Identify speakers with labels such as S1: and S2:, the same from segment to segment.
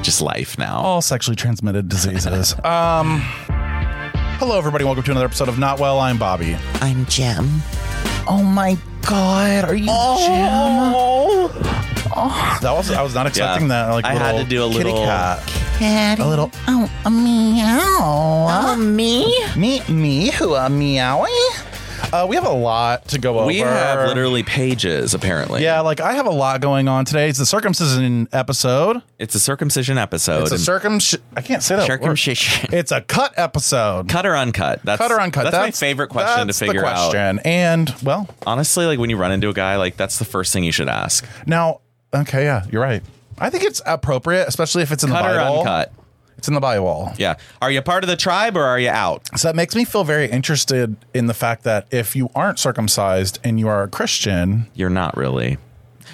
S1: just life now.
S2: all sexually transmitted diseases. um, hello, everybody. Welcome to another episode of Not Well. I'm Bobby.
S3: I'm Jim. Oh,
S1: Oh my god, are you
S2: That was I was not expecting that. Like
S1: I had
S2: little
S1: to do a
S2: kitty
S1: little-
S2: cat.
S3: Patty.
S2: A little
S3: Oh, a meow. Oh, me?
S2: me me who a meowie. Uh, we have a lot to go Oh, over.
S1: We have literally pages, apparently.
S2: Yeah, like I have a lot going on today. It's the circumcision episode.
S1: It's a circumcision episode.
S2: It's a
S1: And
S2: circum. I can't say that. word.
S3: Circumcision.
S2: It's a cut episode.
S1: cut or uncut? That's
S2: cut or uncut.
S1: That's, my favorite question
S2: that's
S1: to figure
S2: the
S1: out.
S2: question. And well,
S1: Honestly, like when you run into a guy, like that's the first thing you should ask.
S2: now okay, yeah, you're right. I think it's appropriate, especially if it's in
S1: Cut
S2: the
S1: or
S2: Bible.
S1: uncut?
S2: It's in the Bible.
S1: Yeah. Are you part of the tribe or are you out?
S2: So that makes me feel very interested in the fact that if you aren't circumcised and you are a Christian,
S1: You're not really.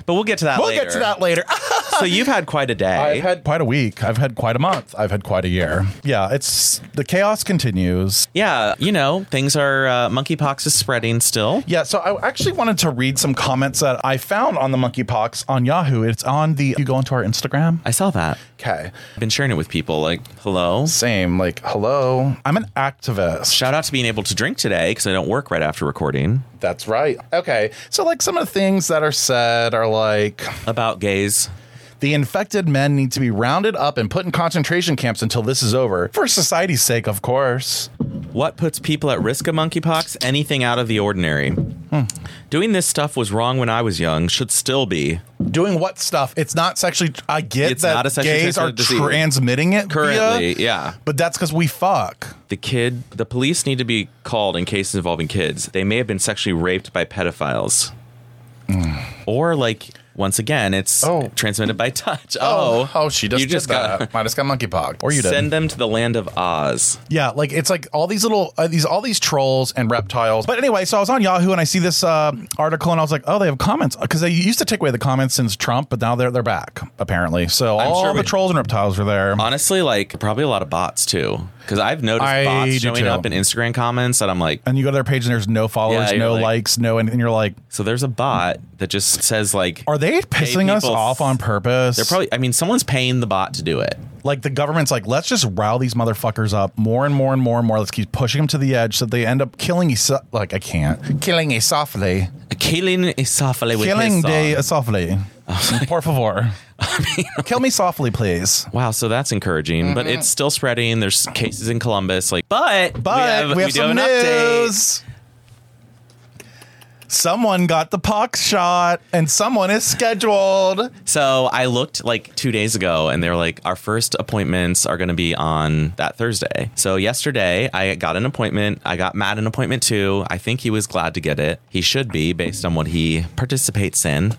S1: But we'll get to that
S2: we'll
S1: later.
S2: get to that later.
S1: So you've had quite a day.
S2: I've had quite a week. I've had quite a month. I've had quite a year. Yeah, it's the chaos continues.
S1: yeah, you know, things are uh, monkeypox is spreading still.
S2: Yeah, so I actually wanted to read some comments that I found on the monkeypox on Yahoo. It's on the. You go onto our Instagram.
S1: I saw that.
S2: Okay.
S1: I've been sharing it with people. Like, hello.
S2: Same. Like, hello. I'm an activist.
S1: Shout out to being able to drink today because I don't work right after recording
S2: That's right. Okay. So, like, some of the things that are said are like
S1: about gays.
S2: the infected men need to be rounded up and put in concentration camps until this is over. For society's sake, of course.
S1: What puts people at risk of monkeypox? Anything out of the ordinary.
S2: Hmm.
S1: Doing this stuff was wrong when I was young, should still be.
S2: Doing what stuff? It's not sexually. I get
S1: It's
S2: that
S1: not a sexually
S2: gays are
S1: transmitted disease.
S2: transmitting it
S1: Currently,
S2: via-
S1: yeah.
S2: But that's because we fuck.
S1: The kid, the police need to be called in cases involving kids. They may have been sexually raped by pedophiles. Or, like, once again, it's
S2: Hmm. Oh.
S1: transmitted by touch. Oh,
S2: oh, she just,
S1: you just
S2: did
S1: got
S2: that. I just got monkeypox, or you did.
S1: send them to the land of Oz.
S2: Yeah, like it's like all these little uh, these all these trolls and reptiles. But anyway, so I was on Yahoo and I see this uh, article and I was like, oh, they have comments because they used to take away the comments since Trump, but now they're they're back apparently. So all
S1: sure
S2: the
S1: we-
S2: trolls and reptiles are there.
S1: Honestly, like probably a lot of bots too, because I've noticed
S2: I
S1: bots
S2: do
S1: showing
S2: too. Uh,
S1: up in Instagram comments that I'm like,
S2: and you go to their page and there's no followers,
S1: Yeah, you're
S2: no
S1: like-
S2: likes, no, and, and you're like,
S1: so there's a bot that just says like,
S2: are they pissing us
S1: people-
S2: off on purpose?
S1: they're probably, I mean, someone's paying the bot to do it.
S2: like the government's like, let's just rile these motherfuckers up more and more and more and more. Let's keep pushing them to the edge so they end up killing you. So- like I can't killing you softly,
S1: Killing Isafale with
S2: killing
S1: his song.
S2: de softly. Por favor, kill me softly, please.
S1: Wow, so that's encouraging, but it's still spreading. There's cases in Columbus, like, but
S2: But we have,
S1: do
S2: some news. Someone got the pox shot, and someone is
S1: Um,
S2: scheduled.
S1: So I looked like two days ago, and they're like, our first appointments are going to be on that Thursday. So yesterday, I got an appointment. I got Matt an appointment too. I think he was glad to get it. He should be based on what he participates in.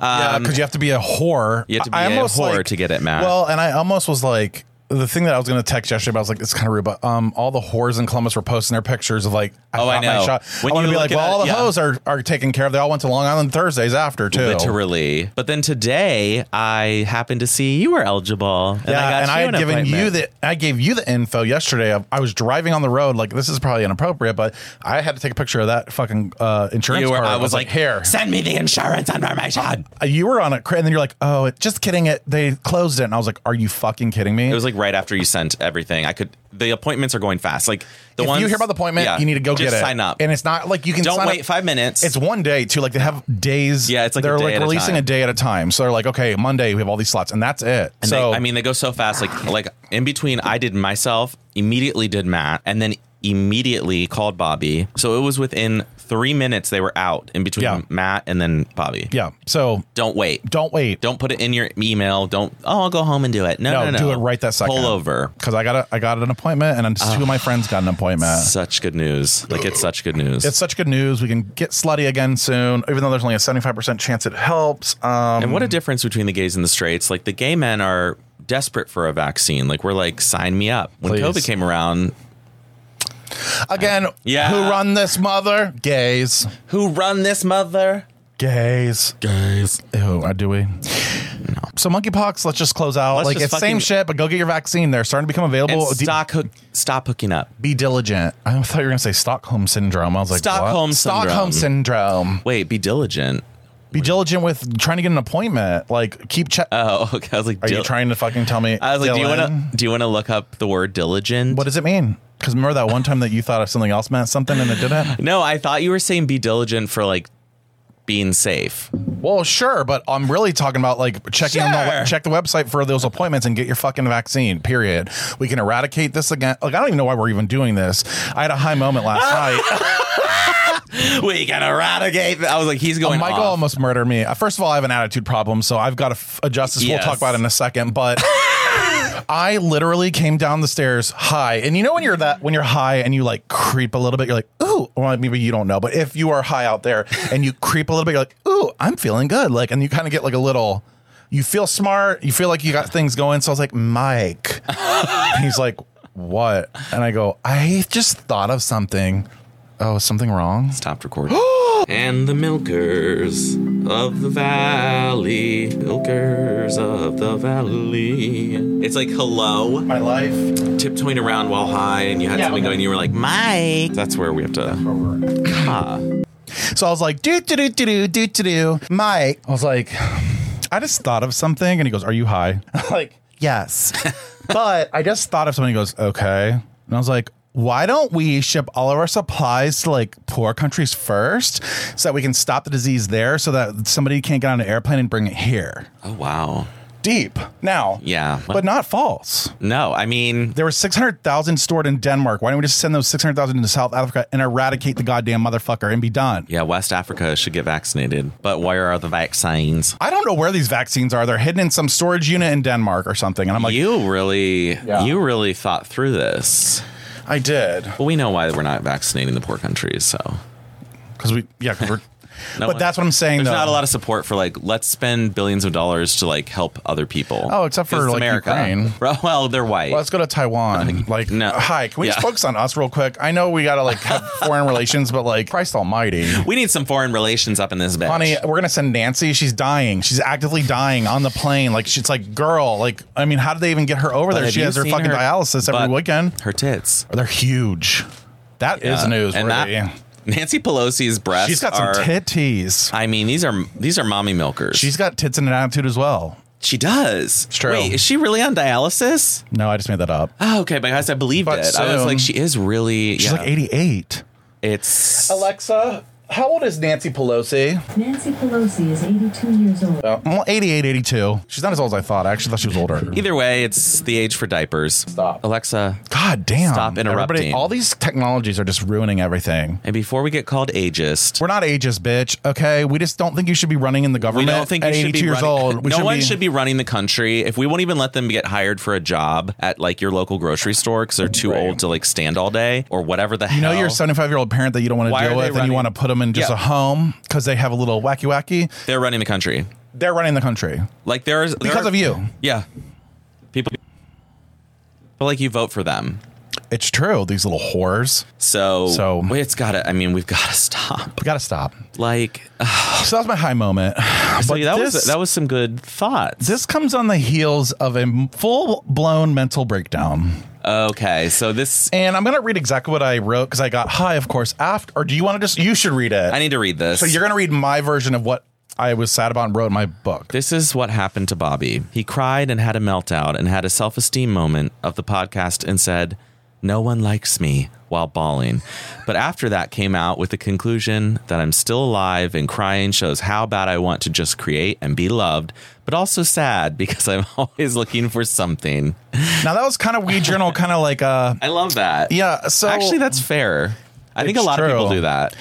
S2: Yeah,
S1: Um,
S2: because you have to be a whore.
S1: you have to
S2: I- I
S1: be a
S2: almost,
S1: whore to get it, Matt.
S2: Well, and I almost was like the thing that I was going to text yesterday. But I was like, it's kind of rude. But um, all the whores in Columbus were posting their pictures of like, I
S1: Oh, I
S2: got my
S1: know.
S2: shot.
S1: When
S2: I want to
S1: you
S2: be like,
S1: look
S2: well,
S1: at
S2: all the
S1: it- yeah.
S2: hoes are are taken care of. They all went to Long Island Thursdays after too.
S1: Literally, but then today I happened to see you were eligible. And
S2: Yeah,
S1: got
S2: and
S1: you
S2: I had
S1: an
S2: given you
S1: appointment.
S2: the I gave you the info yesterday. Of, I was driving on the road, like this is probably inappropriate, but I had to take a picture of that fucking uh, insurance
S1: You were,
S2: card.
S1: I was like,
S2: here.
S1: Send me the insurance information.
S2: You were on it, and then you're like, oh, it, just kidding. It they closed it, and I was like, are you fucking kidding me?
S1: It was like right after you sent everything. I could. The appointments are going fast. Like the
S2: if
S1: ones
S2: you hear about the appointment,
S1: yeah,
S2: you need to go
S1: just
S2: get it.
S1: Sign up.
S2: and it's not like you can
S1: Don't
S2: sign
S1: wait
S2: up-
S1: five minutes.
S2: It's one day too. Like they have days.
S1: Yeah, it's like a
S2: they're
S1: day
S2: like
S1: at a
S2: releasing
S1: time.
S2: a day at a time. So they're like, okay, Monday we have all these slots, and that's it.
S1: And
S2: so
S1: they, I mean, they go so fast. Like like in between, I did myself. Immediately did Matt, and then immediately called Bobby. So it was within three minutes they were out in between
S2: Yeah.
S1: Matt and then Bobby.
S2: yeah. So
S1: Don't wait.
S2: don't wait.
S1: Don't put it in your email. Don't. Oh, I'll go home and do it. No,
S2: No,
S1: no, no.
S2: do it right that second.
S1: Pull over.
S2: because I got a I got an appointment, and I'm, two of my friends got an appointment.
S1: Such good news. Like it's such good news.
S2: It's such good news. We can get slutty again soon, even though there's only a 75% chance it helps. Um,
S1: And what a difference between the gays and the straights. Like the gay men are desperate for a vaccine. Like we're like, sign me up. When
S2: Please.
S1: COVID came around,
S2: again,
S1: Yeah.
S2: who run this mother? Gays.
S1: who run this mother?
S2: Gays. Gays. Ew, Uh, do we? So monkeypox, let's just close out.
S1: Let's
S2: like
S1: just
S2: it's same
S1: fucking-
S2: shit, but go get your vaccine. They're starting to become
S1: And
S2: available. D-
S1: stock hook, stop hooking up.
S2: be diligent. I thought you were gonna say Stockholm syndrome. I was like, what?
S1: Stockholm syndrome.
S2: Stockholm syndrome.
S1: Wait, be diligent.
S2: Be diligent with trying to get an appointment. Like keep check.
S1: Oh, okay. I was like,
S2: Are you
S1: dil-
S2: trying to fucking tell me?
S1: I was like, do you want
S2: Dylan?
S1: to do you want to look up the word diligent?
S2: What does it mean? Because remember that one time that you thought of something else meant something and it didn't.
S1: no, I thought you were saying be diligent for like being safe.
S2: Well, sure, but I'm really talking about like checking on the
S1: Sure.
S2: we- check the website for those appointments and get your fucking vaccine. Period. We can eradicate this again. Like I don't even know why we're even doing this. I had a high moment last night.
S1: We can eradicate. th- I was like, he's going.
S2: Michael
S1: off.
S2: almost murdered me. Uh, First of all, I have an attitude problem, so I've got to f- adjust this. We'll
S1: Yes.
S2: talk about it in a second, but. I literally came down the stairs high, and you know when you're that when you're high and you like creep a little bit, you're like, ooh. Well, maybe you don't know, but if you are high out there and you creep a little bit, you're like, ooh, I'm feeling good. Like, and you kind of get like a little. You feel smart. You feel like you got things going. So I was like, Mike. He's like, what? And I go, I just thought of something. Oh, is something wrong?
S1: Stopped recording. and the milkers of the valley, milkers of the valley. It's like hello,
S2: My life.
S1: tiptoeing around while high, and you had
S2: Yeah,
S1: something
S2: okay.
S1: going. You were like, Mike. That's where we have to.
S2: So I was like, do do do do do do do do. Mike. I was like, I just thought of something, and he goes, "Are you high?" I'm like, yes, but I just thought of something. He goes, "Okay," and I was like. Why don't we ship all of our supplies to like poor countries first so that we can stop the disease there so that somebody can't get on an airplane and bring it here?
S1: Oh wow.
S2: Deep. Now.
S1: Yeah.
S2: But not false.
S1: No, I mean,
S2: There were 600,000 stored in Denmark. Why don't we just send those 600,000 into South Africa and eradicate the goddamn motherfucker and be done?
S1: yeah, West Africa should get vaccinated. But where are the vaccines?
S2: I don't know where these vaccines are. They're hidden in some storage unit in Denmark or something. And I'm like,
S1: you really,
S2: Yeah.
S1: you really thought through this.
S2: I did
S1: Well, we know why we're not vaccinating the poor countries. So,
S2: because we, yeah, we we're.
S1: No
S2: but
S1: one-
S2: that's what I'm saying.
S1: There's
S2: though.
S1: not a lot of support for like let's spend billions of dollars to like help other people.
S2: Oh, except for,
S1: 'Cause it's
S2: like, Ukraine.
S1: Bro, well, they're white.
S2: Well, let's go to Taiwan. Like,
S1: no.
S2: hi, can we just
S1: Yeah.
S2: focus on us real quick? I know we gotta like have foreign relations, but like, Christ Almighty,
S1: we need some foreign relations up in this bitch.
S2: honey, we're gonna send Nancy. She's dying. She's actively dying on the plane. Like, she's like, girl, like, I mean, how did they even get her over
S1: But
S2: there?
S1: have
S2: She
S1: you
S2: has her
S1: seen
S2: fucking dialysis every
S1: but
S2: weekend.
S1: Her tits.
S2: They're huge. That is
S1: Uh,
S2: news.
S1: And that, Nancy Pelosi's breasts.
S2: she's got some
S1: are-
S2: titties.
S1: I mean, these are these are mommy milkers.
S2: She's got tits and an attitude as well.
S1: she does. It's
S2: true.
S1: Wait, is she really on dialysis?
S2: No, I just made that up.
S1: Oh, okay, but guys, I believed
S2: But
S1: it. I was
S2: soon-
S1: like, she is really.
S2: She's
S1: yeah.
S2: like 88.
S1: It's
S2: Alexa, how old is Nancy Pelosi?
S4: Nancy Pelosi is 82 years old.
S2: Uh, well, 88, 82. She's not as old as I thought. I actually thought she was older.
S1: either way. It's the age for diapers.
S2: Stop.
S1: Alexa.
S2: God damn.
S1: Stop interrupting.
S2: all these technologies are just ruining everything.
S1: And before we get called ageist,
S2: We're not ageist, bitch. Okay, we just don't think you should be running in the
S1: we
S2: government.
S1: don't think
S2: at
S1: you should
S2: 82
S1: be
S2: years
S1: running,
S2: old. We
S1: no one should be running the country. If we won't even let them get hired for a job at like your local grocery store because they're too
S2: Right.
S1: old to like stand all day or whatever the
S2: You
S1: hell.
S2: know, you're a 75 year old parent that you don't want
S1: Why
S2: to
S1: are
S2: deal
S1: they
S2: with, and you
S1: running-
S2: want to put them in just
S1: Yeah.
S2: a home because they have a little wacky wacky.
S1: They're running the country.
S2: They're running the country
S1: Like there's
S2: because of you.
S1: Yeah, people. But like you vote for them,
S2: It's true. These little whores.
S1: so
S2: So-
S1: we- it's gotta. I mean, we've gotta stop.
S2: We gotta stop.
S1: Like,
S2: So that was my high moment.
S1: so
S2: But
S1: that was
S2: this-
S1: that was some good thoughts.
S2: This comes on the heels of a full blown mental breakdown.
S1: okay, so this
S2: And I'm going to read exactly what I wrote because I got high, of course, after. Or do you want to just, you should read it.
S1: I need to read this.
S2: so you're going to read my version of what I was sad about and wrote in my book.
S1: This is what happened to Bobby. He cried and had a meltdown and had a self esteem moment of the podcast and said, No one likes me while bawling. But after that came out with the conclusion that I'm still alive and crying shows how bad I want to just create and be loved, but also sad because I'm always looking for something.
S2: Now, that was kind of weed journal, kind of like, uh,
S1: I love that.
S2: yeah. So
S1: Actually, that's fair. I think a
S2: It's
S1: lot of people
S2: true.
S1: do that.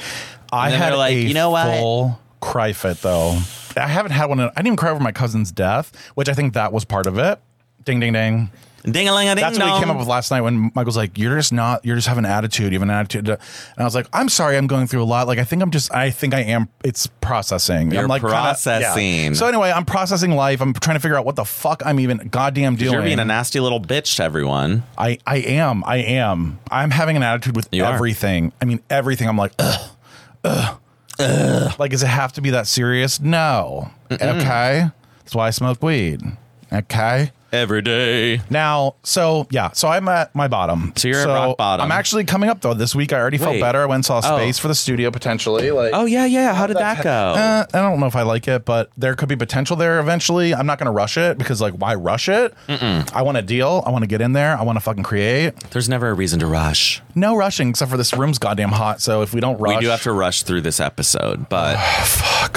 S2: I
S1: and then
S2: had
S1: they're like,
S2: like, a
S1: "You know what?"
S2: full cry fit, though. I haven't had one. in- I didn't even cry over my cousin's death, which I think that was part of it. Ding, ding, ding.
S1: Ding a ling a ding.
S2: That's what we came up with last night when Michael's like, "You're just not. You're just having an attitude. You have an attitude." And I was like, "I'm sorry. I'm going through a lot. Like, I think I'm just. I think I am. It's processing.
S1: You're
S2: I'm like kinda- yeah.
S1: processing.
S2: So anyway, I'm processing life. I'm trying to figure out what the fuck I'm even goddamn doing.
S1: You're being a nasty little bitch to everyone.
S2: I I am. I am. I'm having an attitude with
S1: You are.
S2: everything. I mean, everything. I'm like, ugh, ugh, Like, does it have to be that serious? No. Okay. That's why I smoke weed. Okay.
S1: every day.
S2: Now, so yeah, so I'm at my bottom.
S1: So you're at rock bottom.
S2: I'm actually coming up though. This week I already felt
S1: Wait.
S2: better. I went and saw
S1: Oh.
S2: space for the studio potentially. Like,
S1: Oh yeah, yeah. How did that go?
S2: eh, I don't know if I like it, but there could be potential there eventually. I'm not going to rush it because like, why rush it? I want a deal. I want to get in there. I want to fucking create.
S1: There's never a reason to rush.
S2: No rushing, except for this room's goddamn hot. So if we don't rush,
S1: We do have to rush through this episode, but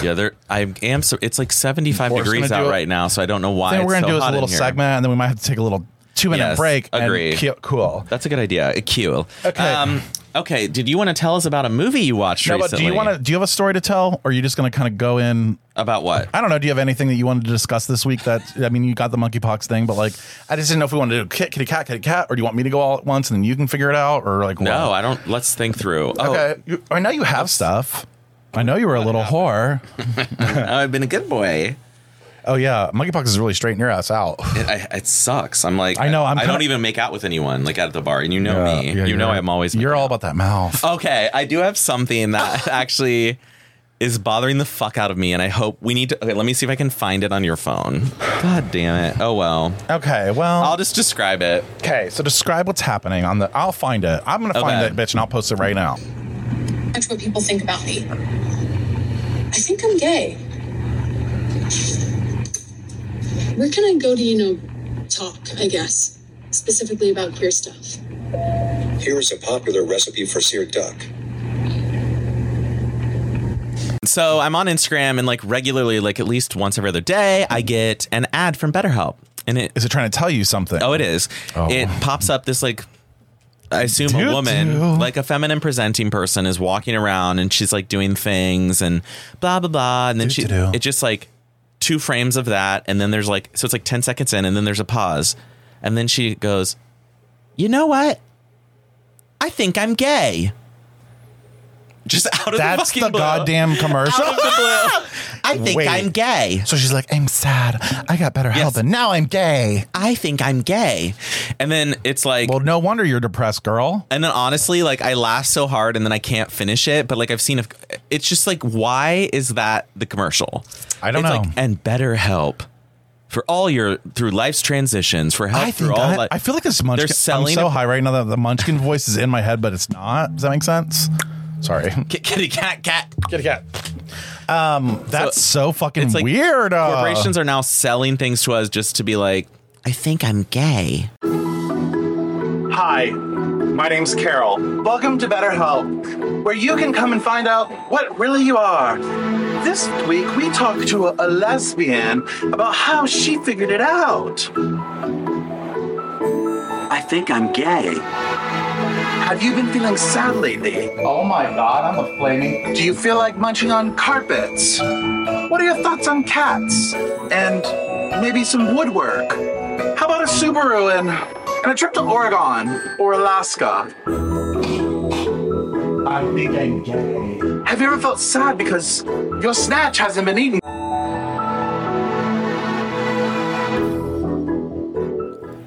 S1: yeah, there I am. So it's like 75
S2: We're just
S1: degrees
S2: gonna
S1: out
S2: do it.
S1: right now, so I don't know why.
S2: Then we're
S1: going to
S2: gonna do is a little segment, and then we might have to take a little two minute
S1: Yes,
S2: break.
S1: agree.
S2: And cu- cool.
S1: That's a good idea. A cue.
S2: Okay.
S1: okay. Did you want to tell us about a movie you watched
S2: No, but
S1: recently?
S2: do you want to? Do you have a story to tell, or are you just going to kind of go in?
S1: About what?
S2: I don't know. Do you have anything that you wanted to discuss this week? That I mean, you got the monkeypox thing, but like, I just didn't know if we wanted to do kit, kitty cat, kitty cat, or do you want me to go all at once and then you can figure it out, or like,
S1: No,
S2: what?
S1: I don't. Let's think through. Oh,
S2: okay. You, I know you have stuff. I know you were a little whore.
S1: Oh, I've been a good boy.
S2: Oh yeah, monkeypox is really straighten your ass out.
S1: It, I, it sucks. I'm like,
S2: I know, I'm
S1: I
S2: kinda-
S1: don't even make out with anyone like out at the bar, and you know
S2: Yeah,
S1: me.
S2: yeah,
S1: you know,
S2: you're-
S1: I'm always.
S2: You're all about that mouth.
S1: Okay, I do have something that actually is bothering the fuck out of me, and I hope we need to. Okay, let me see if I can find it on your phone. God damn it. Oh well.
S2: Okay. Well,
S1: I'll just describe it.
S2: Okay, so describe what's happening on the. I'll find it. I'm gonna find
S1: Okay.
S2: that bitch and I'll post it right now.
S5: much what people think about me. I think I'm gay. Where can I go to, you know, talk, I guess, specifically about queer stuff?
S6: Here is a popular recipe for seared duck.
S1: So I'm on Instagram, and like regularly, like at least once every other day, I get an ad from BetterHelp, and it
S2: Is it trying to tell you something?
S1: Oh, it is.
S2: Oh.
S1: It pops up this like I assume
S2: Do-do.
S1: a woman, like a feminine presenting person is walking around and she's like doing things and blah blah blah and then she
S2: Do-do-do.
S1: it just like two frames of that and then there's like so it's like 10 seconds in and then there's a pause and then she goes, "You know what? I think I'm gay." Just out of
S2: That's
S1: the
S2: the
S1: fucking blue.
S2: goddamn commercial.
S1: Out of the blue. I think
S2: Wait.
S1: I'm gay.
S2: so she's like, I'm sad. I got better help,
S1: Yes.
S2: and now I'm gay.
S1: I think I'm gay. And then it's like
S2: Well, no wonder you're depressed, girl.
S1: And then honestly, like I laugh so hard and then I can't finish it. But like I've seen, if it's just like, why is that the commercial?
S2: I don't
S1: It's
S2: know.
S1: Like, and better help for all your through life's transitions for help
S2: I
S1: through
S2: think
S1: all.
S2: I,
S1: like,
S2: I feel like this munchkin.
S1: they're selling
S2: I'm so
S1: it-
S2: high right now that the munchkin voice is in my head, but it's not. Does that make sense? Sorry.
S1: Kit- kitty cat cat.
S2: Kitty cat. Um, that's so, fucking
S1: It's like
S2: weird. uh,
S1: Corporations are now selling things to us just to be like,
S3: I think I'm gay.
S7: Hi, my name's Carol. Welcome to BetterHelp, where you can come and find out what really you are. This week, we talked to a, a lesbian about how she figured it out.
S8: I think I'm gay.
S7: Have you been feeling sad lately? Oh my god, I'm a flaming. Do you feel like munching on carpets? What are your thoughts on cats? And maybe some woodwork? How about a Subaru and, and a trip to Oregon or Alaska? I think I'm gay. Have you ever felt sad because your snatch hasn't been eaten?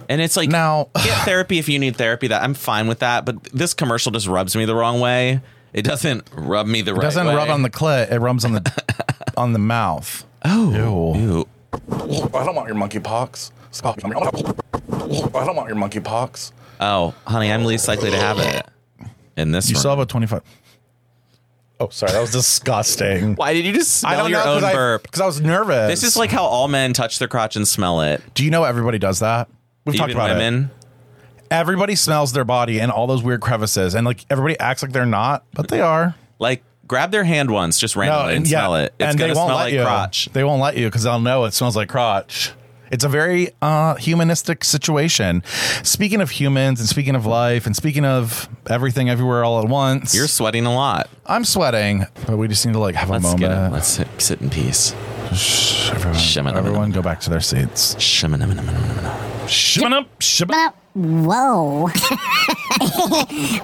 S1: and it's like
S2: Now-
S1: get therapy if you need therapy. That I'm fine with that. But this commercial just rubs me the wrong way. It doesn't rub me the right.
S2: doesn't
S1: way.
S2: rub on the clit. It rubs on the on the mouth. Oh.
S1: Ew.
S2: I don't want your monkey pox. Stop. I don't want your monkey pox.
S1: Oh, honey, I'm least likely to have it in this
S2: You
S1: room.
S2: still have a 25. Oh, sorry. That was disgusting.
S1: Why did you just smell
S2: I don't
S1: your
S2: know,
S1: own
S2: cause
S1: burp?
S2: Because I, was nervous.
S1: this is like how all men touch their crotch and smell it.
S2: do you know everybody does that? We've
S1: Even
S2: talked about it.
S1: women.
S2: Everybody smells their body and all those weird crevices, and like everybody acts like they're not, but they are.
S1: Like grab their hand once, just randomly and
S2: yeah,
S1: smell it. It's
S2: and
S1: gonna
S2: they won't
S1: smell
S2: let
S1: like
S2: you.
S1: crotch.
S2: They won't let you because they'll know it smells like crotch. It's a very uh, humanistic situation. Speaking of humans, and speaking of life, and speaking of everything, everywhere, all at once.
S1: You're sweating a lot.
S2: I'm sweating, but we just need to like have
S1: Let's
S2: a
S1: get it.
S2: moment.
S1: Let's sit, sit in peace.
S2: Shh, everyone,
S1: Shimmin',
S2: everyone go back to their seats.
S1: Shimminiminiminimina.
S2: Shimmin up, shimmin
S9: Uh, whoa.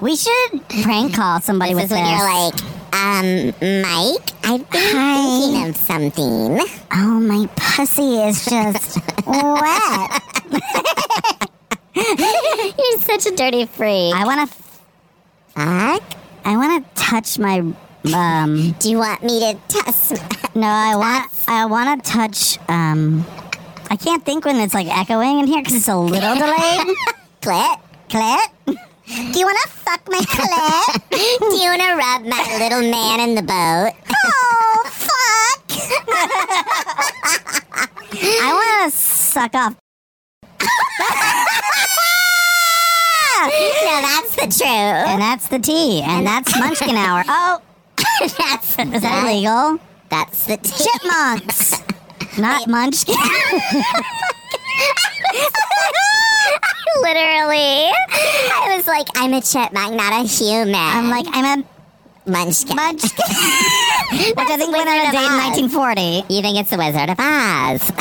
S10: We should prank call somebody with
S9: this is
S10: this.
S9: when you're like, um, Mike, I've been thinking of something.
S10: oh, my pussy is just wet.
S9: You're such a dirty freak.
S10: I want to fuck. I want to touch my um.
S9: Do you want me to test?
S10: No, I want I want to touch um. I can't think when it's like echoing in here because it's a little delayed.
S9: Clit?
S10: Clit? Do you want to fuck my clit?
S9: Do you want to rub my little man in the boat?
S10: oh, fuck! I want to suck off.
S9: no, that's the truth.
S10: And that's the tea. And that's Munchkin Hour. Oh,
S9: That's
S10: is that legal?
S9: That's the tea.
S10: Chipmunks! Not Munchkin.
S9: Literally. I was like, I'm a chipmunk, not a human.
S10: I'm like, I'm a
S9: munchkin.
S10: munchkin. Which I think went on a
S9: Wizard
S10: date
S9: of
S10: in
S9: Oz.
S10: 1940.
S9: You think it's the Wizard of Oz.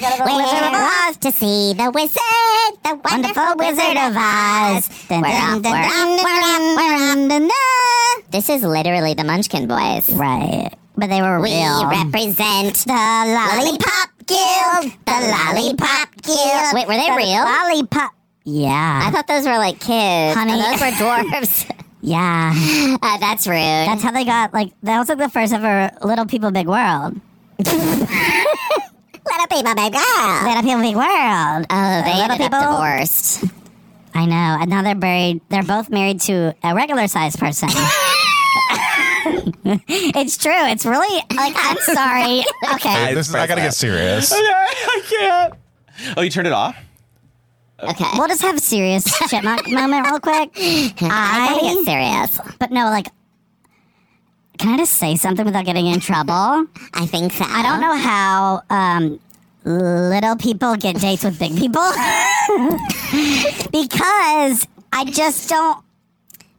S10: Wizard of
S9: We're off to see the wizard, the wonderful, Wizard of Oz.
S10: Dun,
S9: we're
S10: dun,
S9: off, we're
S10: dun, dun,
S9: off, we're
S10: dun,
S9: off, we're off.
S10: dun, dun, dun.
S9: This is literally the Munchkin Boys.
S10: Right. But they were
S9: We
S10: real.
S9: represent
S10: the lollipop.
S9: Lollipop Guild, the Lollipop Guild. Wait, were they
S10: The
S9: real?
S10: Lollipop.
S9: I
S10: Yeah.
S9: thought those were like kids.
S10: Honey.
S9: Oh, those were dwarves.
S10: Yeah.
S9: Uh, that's rude.
S10: That's how they got, like, that was like the first ever Little People Big World.
S9: little people, big girl.
S10: Little People Big World. Uh,
S9: Oh, they
S10: Little
S9: ended
S10: people.
S9: up divorced.
S10: I know. And now they're buried. They're both married to a regular sized person. it's true. It's really like I'm sorry. Okay.
S2: Hey, this is, I gotta get serious.
S1: I can't. Oh, you turned it off?
S9: Okay.
S10: We'll just have a serious chipmunk moment real quick.
S9: I gotta get
S10: I,
S9: serious.
S10: but no, like, can I just say something without getting in trouble?
S9: I think so.
S10: I don't know how um, little people get dates with big people because I just don't.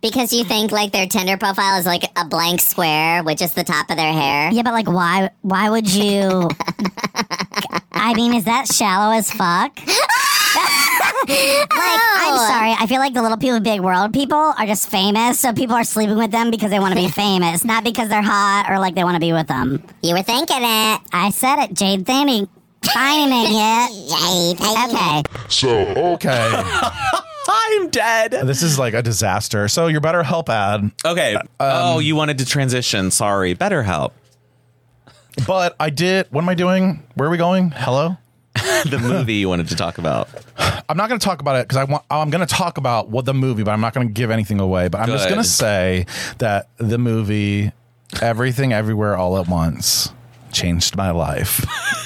S9: Because you think like their Tinder profile is like a blank square with just the top of their hair.
S10: Yeah, but like, why? Why would you? I mean, is that shallow as fuck? like, I'm sorry. I feel like the little people, big world people are just famous, so people are sleeping with them because they want to be famous, not because they're hot or like they want to be with them.
S9: You were thinking it.
S10: I said it, Jade Thaney. Timing it.
S9: Yay, thank you.
S10: Okay.
S2: So okay,
S1: I'm dead.
S2: this is like a disaster. So your BetterHelp ad,
S1: Okay.
S2: Um,
S1: oh, you wanted to transition. Sorry. BetterHelp.
S2: but I did. What am I doing? Where are we going? Hello.
S1: The movie you wanted to talk about.
S2: I'm not going to talk about it because I want. I'm going to talk about what the movie, but I'm not going to give anything away. But I'm just
S1: Good.
S2: going to say that the movie, everything, everywhere, all at once, changed my life.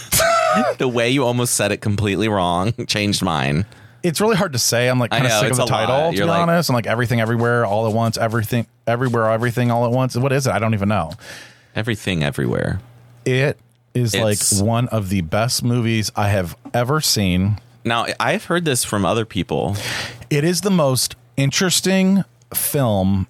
S1: The way you almost said it completely wrong changed mine.
S2: it's really hard to say. I'm like
S1: I
S2: kind of
S1: know,
S2: sick of
S1: it's
S2: the
S1: a lot.
S2: title. To
S1: You're
S2: be
S1: like-
S2: honest, I'm like everything, everywhere, all at once, everything, everywhere, everything, all at once. What is it? I don't even know.
S1: Everything everywhere.
S2: It is
S1: It's-
S2: like one of the best movies I have ever seen.
S1: Now, I've heard this from other people.
S2: It is the most interesting film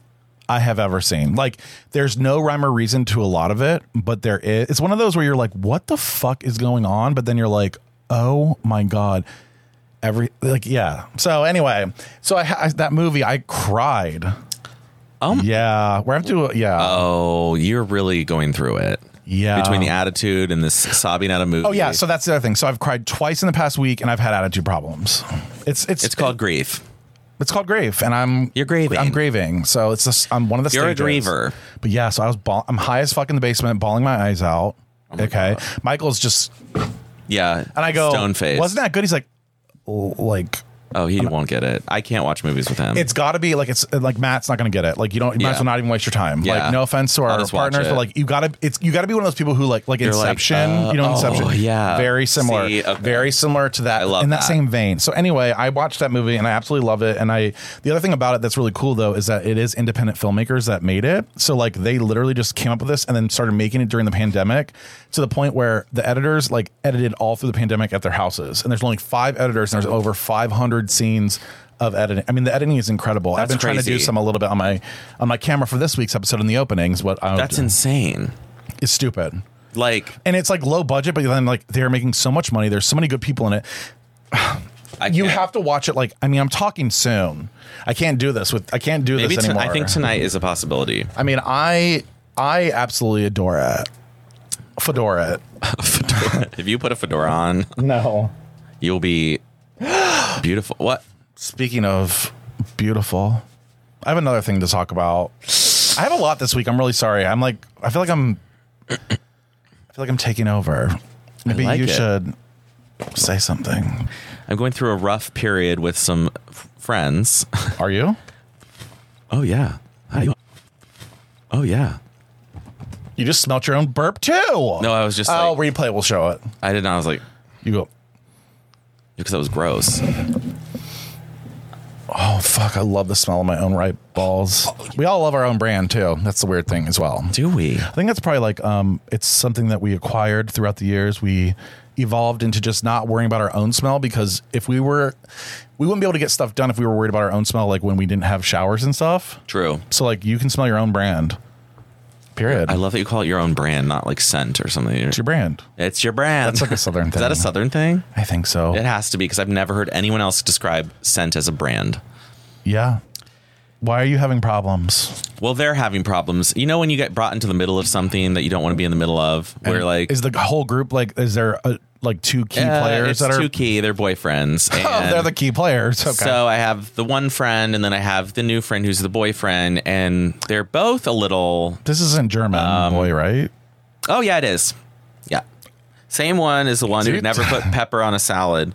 S2: I have ever seen. Like, there's no rhyme or reason to a lot of it, but there is. It's one of those where you're like, what the fuck is going on? But then you're like, oh my God. Every, like, yeah. So, anyway, so I, I that movie, I cried.
S1: Um,
S2: yeah. We're having to, yeah.
S1: Oh, you're really going through it.
S2: Yeah.
S1: Between the attitude and this sobbing at a movie.
S2: Um, oh, yeah. So that's the other thing. So I've cried twice in the past week and I've had attitude problems. It's, it's,
S1: it's called grief.
S2: It's called grave, and I'm
S1: You're grieving.
S2: I'm grieving. So it's just I'm one of the
S1: You're a
S2: stages.
S1: griever.
S2: But yeah, so I was ball- I'm high as fuck in the basement, bawling my eyes out.
S1: Oh
S2: okay, Michael's just
S1: Yeah.
S2: and I go
S1: stone face.
S2: Wasn't that good? He's like, "L- like
S1: Oh, he won't get it. I can't watch movies with him.
S2: it's got to be like it's like Matt's not gonna get it. Like you don't you might
S1: Yeah.
S2: as well not even waste your time.
S1: Yeah.
S2: Like no offense to
S1: I'll
S2: our
S1: just watch
S2: partners,
S1: it.
S2: but like you gotta it's you gotta be one of those people who like like
S1: You're like,
S2: Inception.
S1: uh,
S2: you know
S1: oh,
S2: Inception.
S1: yeah.
S2: very similar.
S1: See, okay.
S2: Very similar to that.
S1: I love
S2: in that,
S1: that.
S2: same vein. So anyway, I watched that movie and I absolutely love it. And I the other thing about it that's really cool though is that it is independent filmmakers that made it. So like they literally just came up with this and then started making it during the pandemic to the point where the editors like edited all through the pandemic at their houses. And there's only five editors and there's over 500 scenes of editing. I mean, the editing is incredible. I've
S1: That's
S2: been trying to do
S1: crazy.
S2: some a little bit on my on my camera for this week's episode in the openings. What I
S1: That's insane.
S2: is stupid
S1: Like,
S2: and it's like low budget, but then like they're making so much money. There's so many good people in it.
S1: I
S2: You
S1: can't.
S2: have to watch it. Like I mean, I'm talking soon. I can't do this with. I can't do
S1: Maybe
S2: this
S1: to-
S2: anymore.
S1: I think tonight is a possibility.
S2: I mean, I I absolutely adore it. Fedora it.
S1: if you put a fedora on,
S2: No.
S1: you'll be beautiful. What?
S2: Speaking of beautiful, I have another thing to talk about. I have a lot this week. I'm really sorry. I'm like I feel like I'm. I feel like I'm taking over. Maybe
S1: like
S2: you
S1: it.
S2: should. Say something.
S1: I'm going through a rough period with some f- friends.
S2: Are you?
S1: Oh yeah. Hi. Oh yeah.
S2: You just smelt your own burp too. No,
S1: I was just
S2: Oh,
S1: like-
S2: replay will show it.
S1: I did not. I was like,
S2: You go.
S1: because that was gross.
S2: Oh fuck! I love the smell of my own ripe balls. We all love our own brand too. That's the weird thing as well.
S1: Do we?
S2: I think that's probably like um, it's something that we acquired throughout the years. We evolved into just not worrying about our own smell because if we were, we wouldn't be able to get stuff done if we were worried about our own smell. Like when we didn't have showers and stuff.
S1: True.
S2: So like you can smell your own brand. Period.
S1: I love that you call it your own brand, not like scent or something.
S2: it's your brand.
S1: It's your brand.
S2: That's like a Southern
S1: Is that a
S2: thing.
S1: Southern thing?
S2: I think so.
S1: It has to be because I've never heard anyone else describe scent as a brand.
S2: Yeah. Why are you having problems?
S1: Well, they're having problems. You know when you get brought into the middle of something that you don't want to be in the middle of, where like
S2: is the whole group like? Is there uh like two key
S1: Uh,
S2: players
S1: it's
S2: that are?
S1: two key, they're boyfriends.
S2: Oh,
S1: and-
S2: they're the key players. Okay.
S1: So I have the one friend, and then I have the new friend who's the boyfriend, and they're both a little.
S2: this isn't German
S1: Um,
S2: boy, right?
S1: Oh yeah, it is. Yeah, same one is the one who
S2: Dude.
S1: never put pepper on a salad.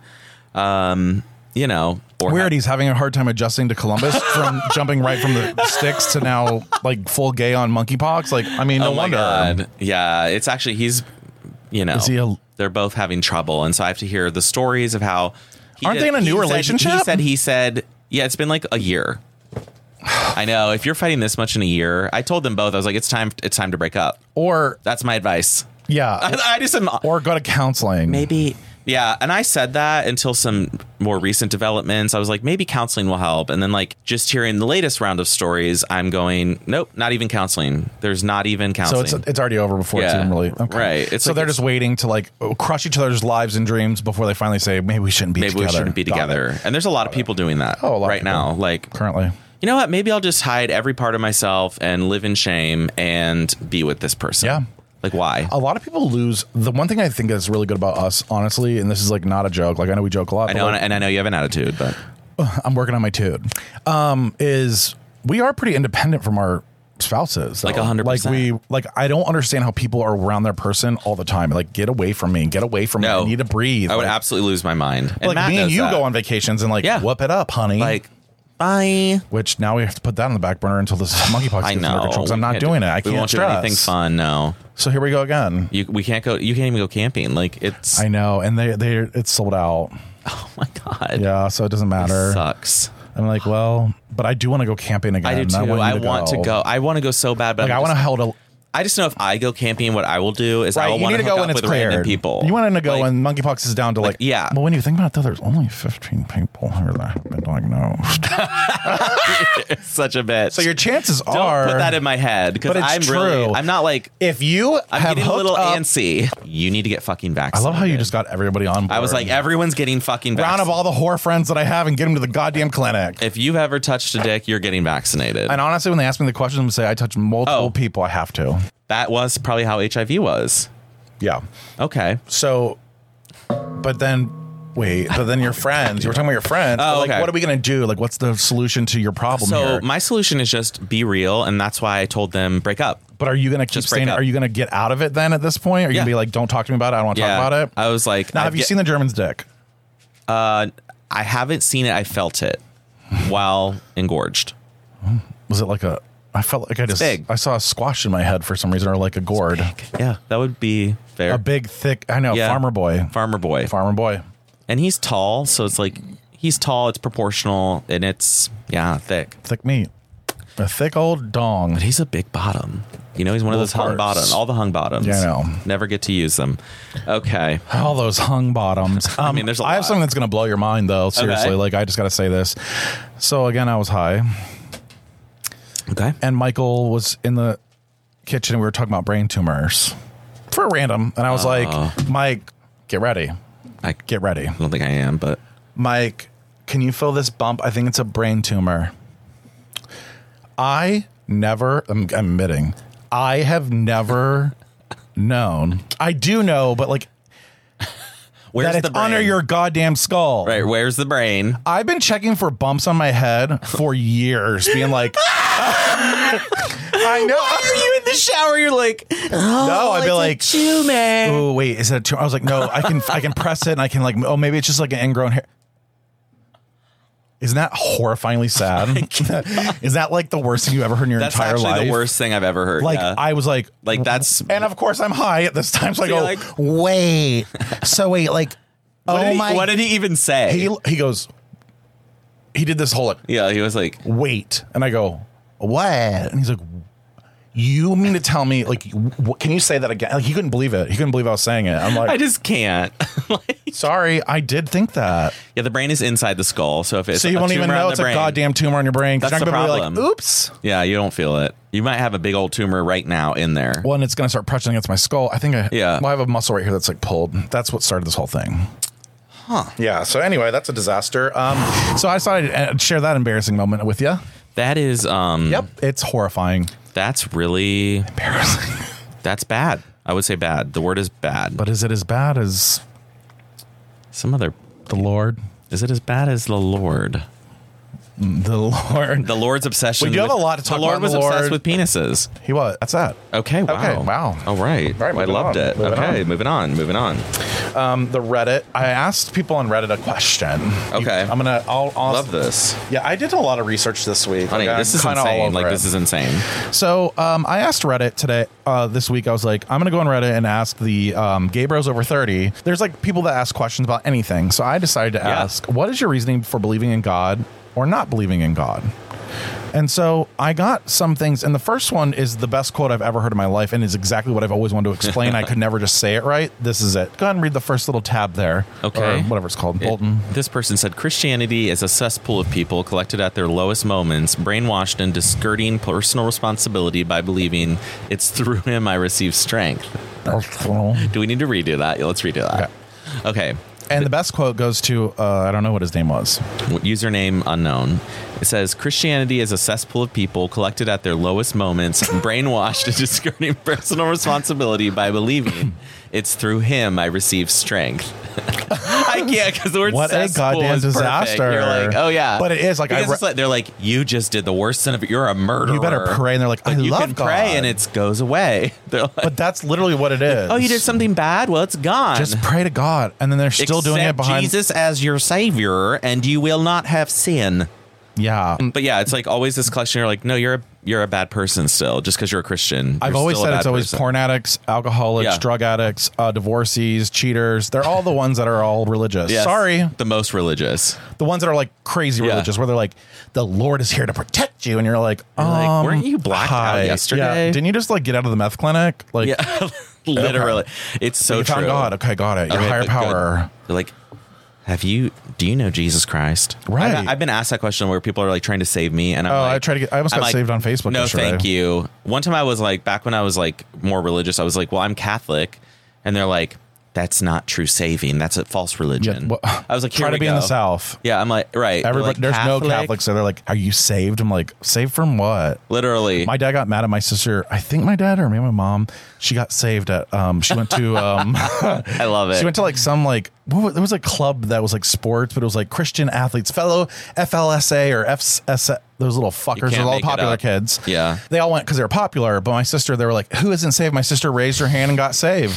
S1: Um, you know, or
S2: Weird. He's having a hard time adjusting to Columbus from jumping right from the sticks to now like full gay on monkeypox. Like, I mean, no
S1: oh my
S2: wonder.
S1: god, yeah. It's actually he's, you know,
S2: Is he a-
S1: they're both having trouble, and so I have to hear the stories of how. he
S2: Aren't they in a
S1: he
S2: new
S1: said-
S2: relationship?
S1: He said. He said. Yeah, it's been like a year. I know. If you're fighting this much in a year, I told them both. I was like, "It's time. It's time to break up."
S2: Or
S1: That's my advice.
S2: yeah,
S1: I, I just am.
S2: or go to counseling.
S1: maybe. Yeah, and I said that until some more recent developments. I was like, maybe counseling will help. And then, like, just hearing the latest round of stories, I'm going, nope, not even counseling. There's not even
S2: So
S1: counseling.
S2: it's it's already over before it's
S1: Yeah,
S2: even really okay.
S1: right. It's
S2: so
S1: like
S2: they're
S1: it's-
S2: just waiting to like crush each other's lives and dreams before they finally say maybe we shouldn't be
S1: maybe
S2: together.
S1: we shouldn't be
S2: Got it.
S1: together. And there's a lot of people doing that
S2: Oh, a lot of
S1: right
S2: people.
S1: now. Like,
S2: currently.
S1: you know what? Maybe I'll just hide every part of myself and live in shame and be with this person.
S2: Yeah.
S1: Like, why?
S2: A lot of people lose the one thing I think is really good about us, honestly, and this is like not a joke. Like I know we joke a lot.
S1: I
S2: but,
S1: know,
S2: like,
S1: and I know you have an attitude, but
S2: I'm working on my dude. Um, is we are pretty independent from our spouses. though.
S1: Like 100%.
S2: Like we like I don't understand how people are around their person all the time. Like get away from me, get away from
S1: No.
S2: me. I need to breathe.
S1: I would
S2: like,
S1: absolutely lose my mind. And
S2: like
S1: Matt
S2: me and
S1: knows
S2: you
S1: that.
S2: go on vacations and like
S1: Yeah.
S2: whoop it up, honey.
S1: like, bye.
S2: which now we have to put that on the back burner until this monkeypox
S1: I
S2: gets under
S1: know.
S2: control because I'm
S1: We
S2: not
S1: can't do-
S2: doing it. I
S1: We
S2: can't
S1: won't
S2: stress.
S1: do anything fun. No,
S2: So here we go again.
S1: you, we can't go. You can't even go camping. Like it's.
S2: I know, and they they it's sold out.
S1: oh my god.
S2: Yeah, so it doesn't matter.
S1: Sucks.
S2: I'm like, well, but I do want to go camping again.
S1: I do too. I,
S2: want, you
S1: want to go. I want to go so bad, but
S2: Like I
S1: I'm
S2: want to
S1: just-
S2: hold a
S1: I just know if I go camping, what I will do is I
S2: Right,
S1: will
S2: you
S1: want
S2: need to go when
S1: up
S2: it's
S1: with random
S2: cleared.
S1: people.
S2: You want to go
S1: Like,
S2: when monkeypox is down to like,
S1: yeah.
S2: But when you think about it, though, there's only 15 people here that have been diagnosed.
S1: such a bit.
S2: so your chances
S1: don't
S2: are
S1: put that in my head because
S2: But it's
S1: I'm really.
S2: true.
S1: I'm not like.
S2: if you
S1: I'm
S2: have
S1: getting a
S2: hooked
S1: little
S2: up,
S1: antsy. You need to get fucking
S2: I
S1: vaccinated.
S2: love how you just got everybody on. Board.
S1: I was like, everyone's getting fucking
S2: round
S1: vaccinated.
S2: up all the whore friends that I have and get them to the goddamn clinic.
S1: If you've ever touched a dick, you're getting vaccinated.
S2: And honestly, when they ask me the question, I'm gonna say I touch multiple
S1: Oh.
S2: people. I have to.
S1: That was probably how HIV was.
S2: Yeah.
S1: Okay.
S2: So, but then. Wait, but then your friends, you were talking about your friends.
S1: Oh,
S2: but, like,
S1: okay.
S2: what are we going to do? Like, what's the solution to your problem
S1: So
S2: here?
S1: my solution is just be real, and that's why I told them break up.
S2: But are you going to keep
S1: Just break
S2: staying?
S1: up.
S2: Are you going to get out of it then at this point? Are you
S1: Yeah.
S2: going to be like, don't talk to me about it? I don't want to talk about it.
S1: I was like,
S2: now,
S1: I
S2: have you
S1: get-
S2: seen the German's dick?
S1: I haven't seen it. I felt it while engorged.
S2: Was it like a. I felt like I just.
S1: big.
S2: I saw a squash in my head for some reason or like a gourd.
S1: Yeah, that would be fair.
S2: A big, thick. I know,
S1: Yeah.
S2: farmer boy.
S1: farmer boy,
S2: Farmer boy.
S1: and he's tall, so it's like he's tall. It's proportional, and it's yeah, thick.
S2: Thick meat. A thick old dong.
S1: But he's a big bottom. You know, he's one of
S2: Well,
S1: those
S2: of
S1: hung
S2: course.
S1: bottoms. All the hung bottoms.
S2: Yeah, I know.
S1: Never get to use them. Okay.
S2: All those hung bottoms. Um, I
S1: mean, there's a
S2: have
S1: lot.
S2: something that's going to blow your mind, though. Seriously.
S1: Okay.
S2: Like, I just got to say this. So, again, I was high,
S1: Okay.
S2: and Michael was in the kitchen, and we were talking about brain tumors for random. And I was
S1: Uh-huh.
S2: like, Mike, get ready.
S1: I
S2: Get ready.
S1: I don't think I am, but
S2: Mike, can you feel this bump? I think it's a brain tumor. I never, I'm, I'm admitting, I have never known. I do know, but like
S1: where's
S2: that it's
S1: the brain?
S2: under your goddamn skull.
S1: right? Where's the brain?
S2: I've been checking for bumps on my head for years, being like, I know.
S1: Why are you in the shower, you're like, oh,
S2: No, I'd be
S1: it's a
S2: like,
S1: tumor.
S2: Oh wait, is it? A tumor? I was like, no, I can I can press it and I can like oh maybe it's just like an ingrown hair. Isn't that horrifyingly sad? is that like the worst thing you ever heard in your
S1: That's
S2: entire
S1: actually
S2: life?
S1: the worst thing I've ever heard.
S2: Like
S1: yeah.
S2: I was like
S1: Like, that's-
S2: and of course I'm high at this time. So I
S1: So
S2: go
S1: you're like-
S2: wait. So wait, like
S1: what,
S2: oh
S1: did he,
S2: my.
S1: what did he even say?
S2: he he goes. He did this whole like
S1: yeah, he was like,
S2: wait. And I go, what? And he's like, you mean to tell me, like, what, can you say that again? Like, he couldn't believe it. He couldn't believe I was saying it. I'm like,
S1: I just can't. Like-
S2: sorry, I did think that.
S1: yeah, the brain is inside the skull, so if it's
S2: so you
S1: a
S2: won't even
S1: tumor on
S2: know
S1: the
S2: it's a
S1: brain-
S2: goddamn tumor on your brain. 'cause
S1: That's
S2: you're not
S1: the
S2: gonna be
S1: problem.
S2: Like, Oops.
S1: Yeah, you don't feel it. You might have a big old tumor right now in there.
S2: Well, and it's going to start pressing against my skull. I think I,
S1: Yeah.
S2: well, I have a muscle right here that's like pulled. That's what started this whole thing. Huh. Yeah. So anyway, that's a disaster. Um, so I just thought I'd uh, share that embarrassing moment with you.
S1: That is, um,
S2: It's horrifying.
S1: That's really
S2: Embarrassing.
S1: that's bad. I would say bad. The word is bad. But
S2: but is it as bad as
S1: some other
S2: the Lord?
S1: is it as bad as the Lord?
S2: The Lord.
S1: The Lord's obsession.
S2: We do have
S1: with-
S2: a lot to talk
S1: the Lord
S2: about
S1: was
S2: the
S1: obsessed
S2: Lord.
S1: with penises.
S2: He was. That's that.
S1: Okay. Wow.
S2: Okay, wow.
S1: All right.
S2: All right,
S1: I
S2: moving
S1: loved
S2: on,
S1: it.
S2: moving
S1: okay.
S2: on.
S1: Moving on. Moving on.
S2: Um, the Reddit. I asked people on Reddit a question.
S1: Okay.
S2: I'm gonna. I'll, I'll
S1: Love this,
S2: Yeah, I did a lot of research this week.
S1: honey.
S2: Like, I'm
S1: this is
S2: kinda all
S1: insane.
S2: over
S1: Like
S2: it.
S1: this is insane.
S2: So um, I asked Reddit today, uh, this week. I was like, I'm gonna go on Reddit and ask the um, gay bros over 30. There's like people that ask questions about anything. So I decided to
S1: Yeah.
S2: ask, what is your reasoning for believing in God or not believing in God? And so I got some things, and the first one is the best quote I've ever heard in my life, and is exactly what I've always wanted to explain. I could never just say it right. This is it. Go ahead and read the first little tab there,
S1: Okay.
S2: or whatever it's called,
S1: It-
S2: Bolton.
S1: this person said Christianity is a cesspool of people collected at their lowest moments, brainwashed into skirting personal responsibility by believing it's through him I receive strength. Do we need to redo that? Yeah, let's redo that. Okay.
S2: And the best quote goes to uh, I don't know what his name was.
S1: What Username unknown. It says Christianity is a cesspool of people collected at their lowest moments, brainwashed into skirting personal responsibility by believing it's through him I receive strength. I can't because the word
S2: What a
S1: cesspool
S2: goddamn
S1: is perfect.
S2: disaster.
S1: You're like, oh yeah,
S2: But it is, like, I
S1: Because
S2: re-
S1: it's like they're like you just did the worst sin of it. You're a murderer.
S2: You better pray, and they're like, I
S1: But you
S2: love
S1: can pray
S2: God.
S1: and it goes away. They're like,
S2: But that's literally what it is.
S1: oh, you did something bad. Well, it's gone.
S2: Just pray to God, and then they're still doing it
S1: Accept
S2: behind.
S1: Jesus as your savior, and you will not have sin.
S2: Yeah,
S1: But yeah, it's like always this collection. You're like, no, you're a you're a bad person still, just because you're a Christian.
S2: I've
S1: You're
S2: always
S1: still a
S2: said
S1: bad
S2: it's always
S1: person.
S2: porn addicts, alcoholics,
S1: Yeah.
S2: drug addicts, uh, divorcees, cheaters. They're all the ones that are all religious.
S1: Yes,
S2: Sorry,
S1: the most religious.
S2: the ones that are like crazy
S1: Yeah.
S2: religious, where they're like, "The Lord is here to protect you," and you're like,
S1: You're like,
S2: um,
S1: "Weren't you blacked out
S2: hi."
S1: yesterday?"
S2: Yeah. Didn't you just like get out of the meth clinic? Like,
S1: Yeah, literally, it's so
S2: you
S1: true.
S2: found God. Okay, got it. Your
S1: Okay,
S2: higher
S1: good, good.
S2: power.
S1: They're like, have you? Do you know Jesus Christ?
S2: Right.
S1: I've, I've been asked that question where people are like trying to save me, and I'm
S2: Oh,
S1: like,
S2: I tried to get- I almost
S1: I'm
S2: got
S1: like,
S2: saved on Facebook
S1: No,
S2: yesterday.
S1: thank you. One time I was like, back when I was like more religious, I was like, well, I'm Catholic, and they're like, that's not true saving. That's a false religion.
S2: well,
S1: I was like, here
S2: try to
S1: we
S2: be in the
S1: go.
S2: South.
S1: Yeah, I'm like, right. They're
S2: Everybody,
S1: like,
S2: there's no Catholics, so they're like, "Are you saved?" I'm like, "Saved from what?"
S1: Literally,
S2: My dad got mad at my sister. I think my dad or maybe my mom. She got saved at. Um, she went to. Um,
S1: I love it.
S2: she went to like some like what was, there was a club that was like sports, but it was like Christian athletes, fellow FLSA or FS. Those little fuckers,
S1: can't
S2: those all
S1: make it
S2: popular
S1: up.
S2: kids.
S1: Yeah.
S2: they all went because they were popular. But my sister, they were like, "Who isn't saved?" My sister raised her hand and got saved.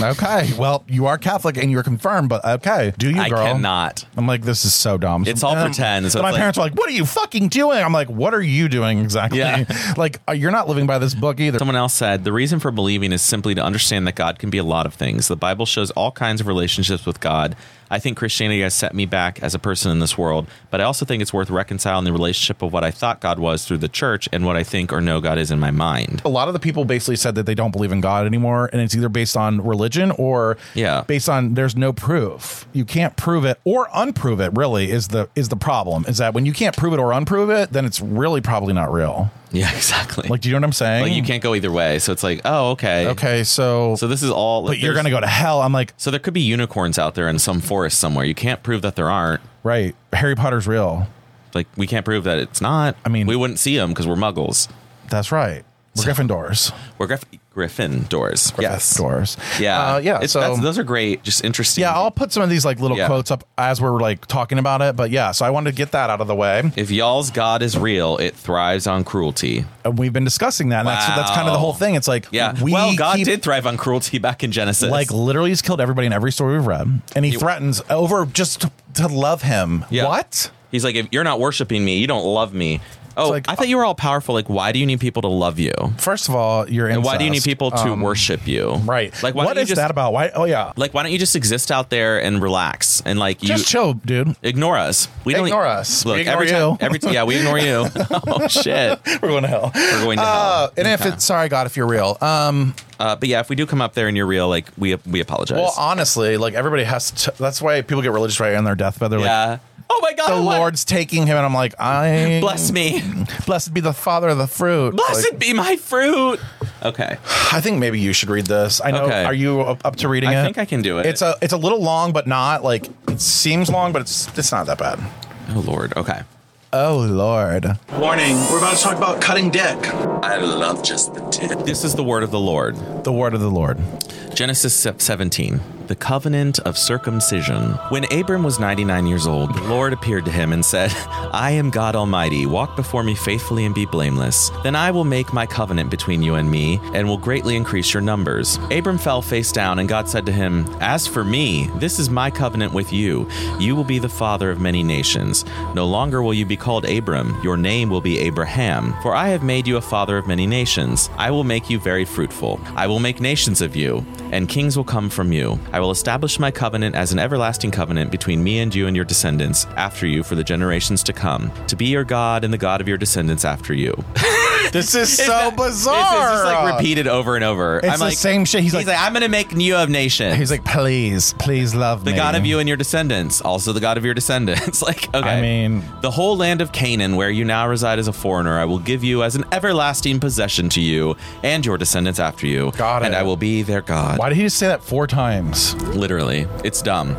S2: okay, well, you are Catholic and you're confirmed, but okay, do you,
S1: I
S2: girl?
S1: cannot.
S2: I'm like, this is so dumb.
S1: It's all
S2: And-
S1: pretend, so
S2: and my
S1: it's like-
S2: parents were like, "What are you fucking doing?" I'm like, "What are you doing exactly?"
S1: Yeah.
S2: like, uh, you're not living by this book either.
S1: Someone else said the reason for believing is simply to understand that God can be a lot of things. The Bible shows all kinds of relationships with God. I think Christianity has set me back as a person in this world, but I also think it's worth reconciling the relationship of what I thought God was through the church and what I think or know God is in my mind.
S2: a lot of the people basically said that they don't believe in God anymore, and it's either based on religion or
S1: Yeah.
S2: based on there's no proof. You can't prove it or unprove it. Really, is the is the problem? Is that when you can't prove it or unprove it, then it's really probably not real.
S1: Yeah, exactly.
S2: Like, do you know what I'm saying?
S1: Like, you can't go either way. So it's like, oh, okay.
S2: Okay, so,
S1: So this is all
S2: but you're
S1: there's-
S2: gonna go to hell. I'm like,
S1: So there could be unicorns out there in some forest somewhere. You can't prove that there aren't.
S2: right? Harry Potter's real.
S1: Like we can't prove that it's not.
S2: I mean-
S1: we wouldn't see them because we're muggles.
S2: That's right. We're Gryffindors.
S1: We're Griff- Griffin doors. yes.
S2: Doors.
S1: Yeah.
S2: Uh, yeah.
S1: It's,
S2: so
S1: that's, those are great. Just interesting.
S2: yeah, I'll put some of these like little
S1: Yeah.
S2: quotes up as we're like talking about it. But yeah, so I wanted to get that out of the way.
S1: if y'all's God is real, it thrives on cruelty.
S2: And uh, we've been discussing that. And That's that's kind of the
S1: Wow.
S2: whole thing. It's like
S1: Yeah.
S2: we
S1: well, God
S2: keep-
S1: did thrive on cruelty back in Genesis.
S2: like literally he's killed everybody in every story we've read, and he, threatens over just to, to love him.
S1: Yeah.
S2: What?
S1: He's like, if you're not worshiping me, you don't love me. Oh,
S2: like-
S1: I thought you were all powerful. Like, why do you need people to love you?
S2: First of all, you're incest.
S1: And why do you need people to
S2: Um,
S1: worship you?
S2: Right.
S1: Like, why
S2: what
S1: don't you
S2: is
S1: just,
S2: that about? Why? Oh yeah.
S1: Like, why don't you just exist out there and relax and like you
S2: just chill, dude.
S1: ignore us? We don't e-
S2: Ignore us. We
S1: Look,
S2: ignore
S1: every
S2: you.
S1: time, every t- yeah, we ignore you. oh shit,
S2: We're going to hell.
S1: we're going to
S2: Uh,
S1: hell.
S2: and if it's sorry, God, if you're real. Um,
S1: Uh, but yeah, if we do come up there and you're real, like we we apologize.
S2: well, honestly, like everybody has to. That's why people get religious right on their deathbed. They're like,
S1: yeah. Oh my God,
S2: the
S1: what?
S2: Lord's taking him, and I'm like, I
S1: bless me,
S2: blessed be the father of the fruit.
S1: blessed
S2: Like,
S1: be my fruit. Okay,
S2: I think maybe you should read this. I know.
S1: Okay.
S2: Are you up up to reading it?
S1: I think I can do it.
S2: It's a it's a little long, but not like it seems long, but it's it's not that bad.
S1: oh Lord. Okay.
S2: Oh lord!
S7: Warning, we're about to talk about cutting dick.
S8: I love just the tip.
S1: This is the word of the Lord.
S2: The word of the Lord.
S1: Genesis 17, the covenant of circumcision. When Abram was 99 years old, the Lord appeared to him and said, I am God Almighty. Walk before me faithfully and be blameless. Then I will make my covenant between you and me, and will greatly increase your numbers. Abram fell face down, and God said to him, As for me, this is my covenant with you. You will be the father of many nations. No longer will you be called Abram, your name will be Abraham. For I have made you a father of many nations. I will make you very fruitful. I will make nations of you, and kings will come from you. I will establish my covenant as an everlasting covenant between me and you and your descendants after you for the generations to come, to be your God and the God of your descendants after you.
S2: This is so
S1: It's,
S2: bizarre.
S1: it's just like repeated over and over.
S2: It's the same shit. He's
S1: he's
S2: like-
S1: like, I'm going to make you of nations.
S2: He's like, please, please love
S1: the
S2: me.
S1: God of you and your descendants, also the God of your descendants. like, okay.
S2: I mean-
S1: the whole land of Canaan, where you now reside as a foreigner, I will give you as an everlasting possession to you and your descendants after you.
S2: Got
S1: And
S2: it.
S1: I will be their God.
S2: Why did he just say that four times?
S1: Literally, it's dumb.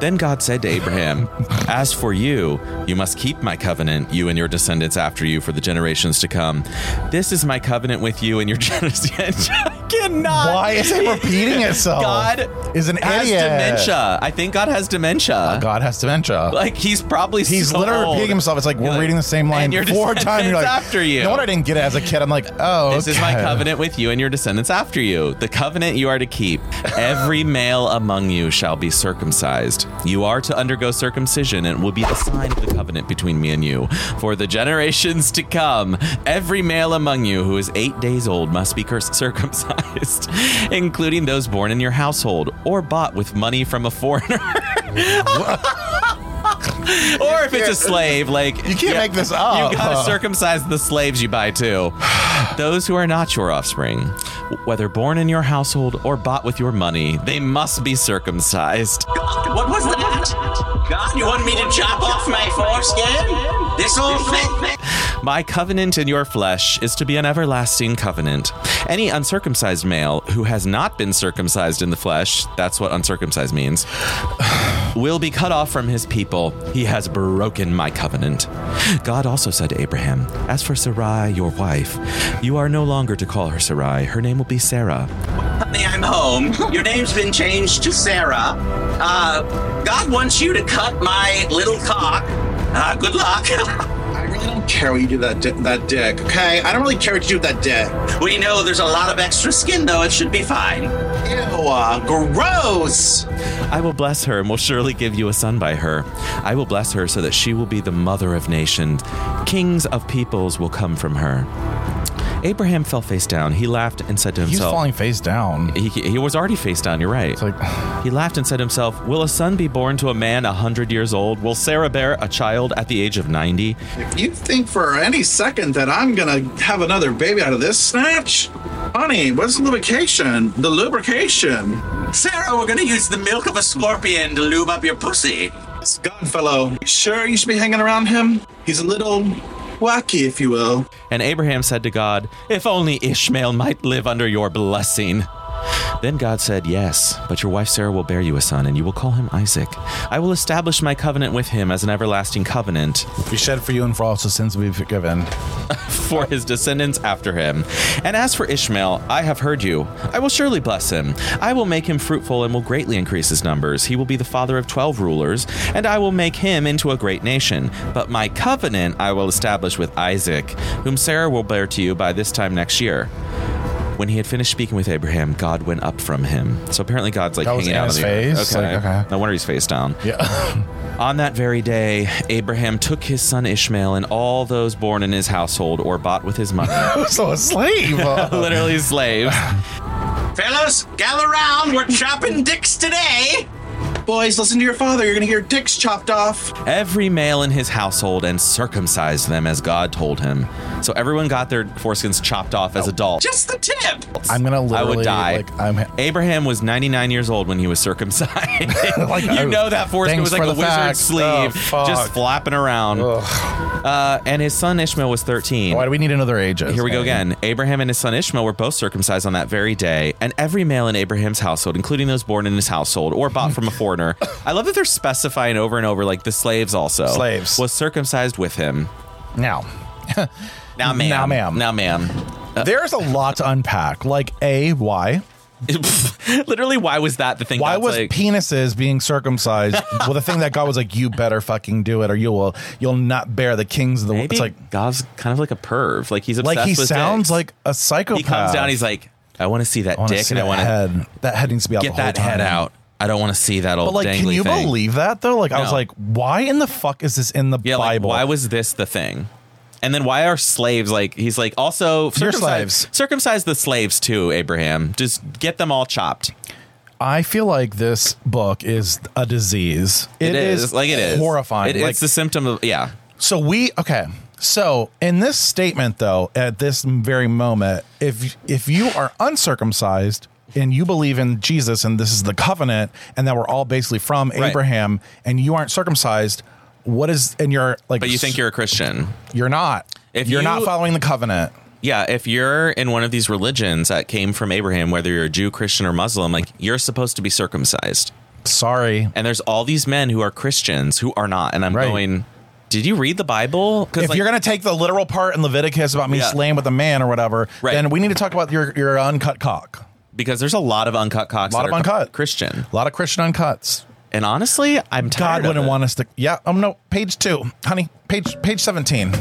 S1: Then God said to Abraham, As for you, you must keep my covenant, you and your descendants after you, for the generations to come. This is my covenant with you and your generations. I cannot.
S2: Why is it repeating itself?
S1: God
S2: is an
S1: has
S2: idiot.
S1: dementia. I think God has dementia.
S2: God has dementia.
S1: Like he's probably
S2: He's
S1: so
S2: literally
S1: old.
S2: repeating himself. It's like we're
S1: You're like,
S2: reading the same
S1: "And
S2: line
S1: your
S2: four times. You're like,
S1: descendants after you."
S2: know what? I didn't get it as a kid. I'm like, oh,
S1: This is my
S2: okay.
S1: covenant with you and your descendants after you. The covenant you are to keep. Every male among you shall be circumcised. You are to undergo circumcision, and it will be the sign of the covenant between me and you. For the generations to come, every male among you who is eight days old must be cir- circumcised, including those born in your household or bought with money from a foreigner. or if it's a slave, like
S2: You can't make this up.
S1: you gotta circumcise the slaves you buy too. Those who are not your offspring, whether born in your household or bought with your money, they must be circumcised.
S8: What was that? God, you want me to chop off my foreskin? This whole thing?
S1: My covenant in your flesh is to be an everlasting covenant. Any uncircumcised male who has not been circumcised in the flesh, that's what uncircumcised means, will be cut off from his people. He has broken my covenant. God also said to Abraham, As for Sarai, your wife, you are no longer to call her Sarai. Her name will be Sarah.
S8: Honey, I'm home. Your name's been changed to Sarah. Uh, God wants you to cut my little cock. Uh, good luck.
S7: I really don't care what you do with that di- that dick, okay? I don't really care what you do with that dick.
S8: we know there's a lot of extra skin, though. It should be fine.
S7: Ew, uh, gross.
S1: I will bless her and will surely give you a son by her. I will bless her so that she will be the mother of nations. Kings of peoples will come from her. Abraham fell face down. He laughed and said to
S2: He's
S1: himself,
S2: falling face down.
S1: he, he was already face down, you're right.
S2: It's like.
S1: He laughed and said to himself, Will a son be born to a man a hundred years old? Will Sarah bear a child at the age of 90?
S7: If you think for any second that I'm gonna have another baby out of this snatch, honey, what's the lubrication? The lubrication.
S8: Sarah, we're gonna use the milk of a scorpion to lube up your pussy.
S7: This Godfellow. You Sure, you should be hanging around him. He's a little wacky, if you will.
S1: And Abraham said to God, If only Ishmael might live under your blessing. Then God said, Yes, but your wife Sarah will bear you a son, and you will call him Isaac. I will establish my covenant with him as an everlasting covenant
S2: We shed for you and for all so sins will be forgiven.
S1: for his descendants after him. And as for Ishmael, I have heard you. I will surely bless him. I will make him fruitful and will greatly increase his numbers. He will be the father of 12 rulers, and I will make him into a great nation. But my covenant I will establish with Isaac, whom Sarah will bear to you by this time next year. When he had finished speaking with Abraham, God went up from him. So apparently, God's like
S2: That was
S1: hanging
S2: in
S1: out
S2: his
S1: on the earth.
S2: face?
S1: Okay.
S2: Like, okay.
S1: No wonder he's face down.
S2: Yeah.
S1: On that very day, Abraham took his son Ishmael and all those born in his household or bought with his money.
S2: so a slave.
S1: literally slaves.
S8: Fellas, gather round. We're chopping dicks today.
S7: Boys, listen to your father. You're gonna get your dicks chopped off.
S1: Every male in his household and circumcised them as God told him. So everyone got their foreskins chopped off as adults.
S8: Oh. Just the tip.
S2: I'm gonna literally.
S1: I would die.
S2: Like, I'm.
S1: Abraham was 99 years old when he was circumcised.
S2: Like,
S1: you
S2: oh,
S1: know that foreskin
S2: thanks
S1: was like
S2: for
S1: a
S2: the fact.
S1: wizard's sleeve,
S2: Oh, fuck.
S1: just flapping around. Uh, and his son Ishmael was 13.
S2: Why do we need another agent?
S1: Here we go again. Abraham and his son Ishmael were both circumcised on that very day, and every male in Abraham's household, including those born in his household or bought from a foreigner, I love that they're specifying over and over like the slaves also
S2: Slaves.
S1: was circumcised with him.
S2: Now,
S1: Now, ma'am.
S2: Now, ma'am.
S1: Now, ma'am. Uh,
S2: there's a lot to unpack. Like, a why?
S1: Literally, why was that the thing?
S2: Why
S1: God's
S2: was
S1: like,
S2: penises being circumcised? well, the thing that God was like, you better fucking do it, or you will, you'll not bear the kings of the. world.
S1: maybe
S2: It's like,
S1: God's kind of like a perv. Like he's obsessed
S2: like he
S1: with
S2: sounds
S1: dicks.
S2: like a psychopath.
S1: he comes down. He's like, I want to see that
S2: I wanna
S1: dick,
S2: see
S1: and I
S2: that
S1: want to
S2: head. That head needs to be out.
S1: get
S2: the whole
S1: that head
S2: time.
S1: out. I don't want to see that old
S2: But like,
S1: dangly
S2: can you
S1: thing.
S2: believe that though? Like, I was
S1: No.
S2: like, why in the fuck is this in the
S1: Yeah,
S2: Bible?
S1: like why was this the thing? And then why are slaves like he's like also circumcise,
S2: slaves.
S1: circumcise the slaves too, Abraham. Just get them all chopped.
S2: I feel like this book is a disease.
S1: it is, like it is
S2: horrifying.
S1: It-
S2: like,
S1: it's the symptom of yeah.
S2: So we okay. So in this statement, though, at this very moment, if if you are uncircumcised and you believe in Jesus and this is the covenant and that we're all basically from Abraham and you aren't circumcised, what is and you're like,
S1: But you think you're a Christian.
S2: you're not
S1: If
S2: you're
S1: you-
S2: not following the covenant.
S1: Yeah, if you're in one of these religions that came from Abraham, whether you're a Jew, Christian, or Muslim, like you're supposed to be circumcised.
S2: Sorry,
S1: And there's all these men who are Christians who are not. And I'm
S2: Right.
S1: going, Did you read the Bible? Because
S2: if you're gonna take the literal part in Leviticus about me
S1: Yeah.
S2: slaying with a man or whatever,
S1: Right.
S2: then we need to talk about your your uncut cock.
S1: because there's a lot of uncut cocks.
S2: A lot
S1: that
S2: of
S1: are
S2: uncut
S1: Christian.
S2: a lot of Christian uncuts.
S1: And honestly, I'm tired
S2: God wouldn't
S1: of it.
S2: want us to. Yeah. Um. No. Page two, honey. Page page seventeen.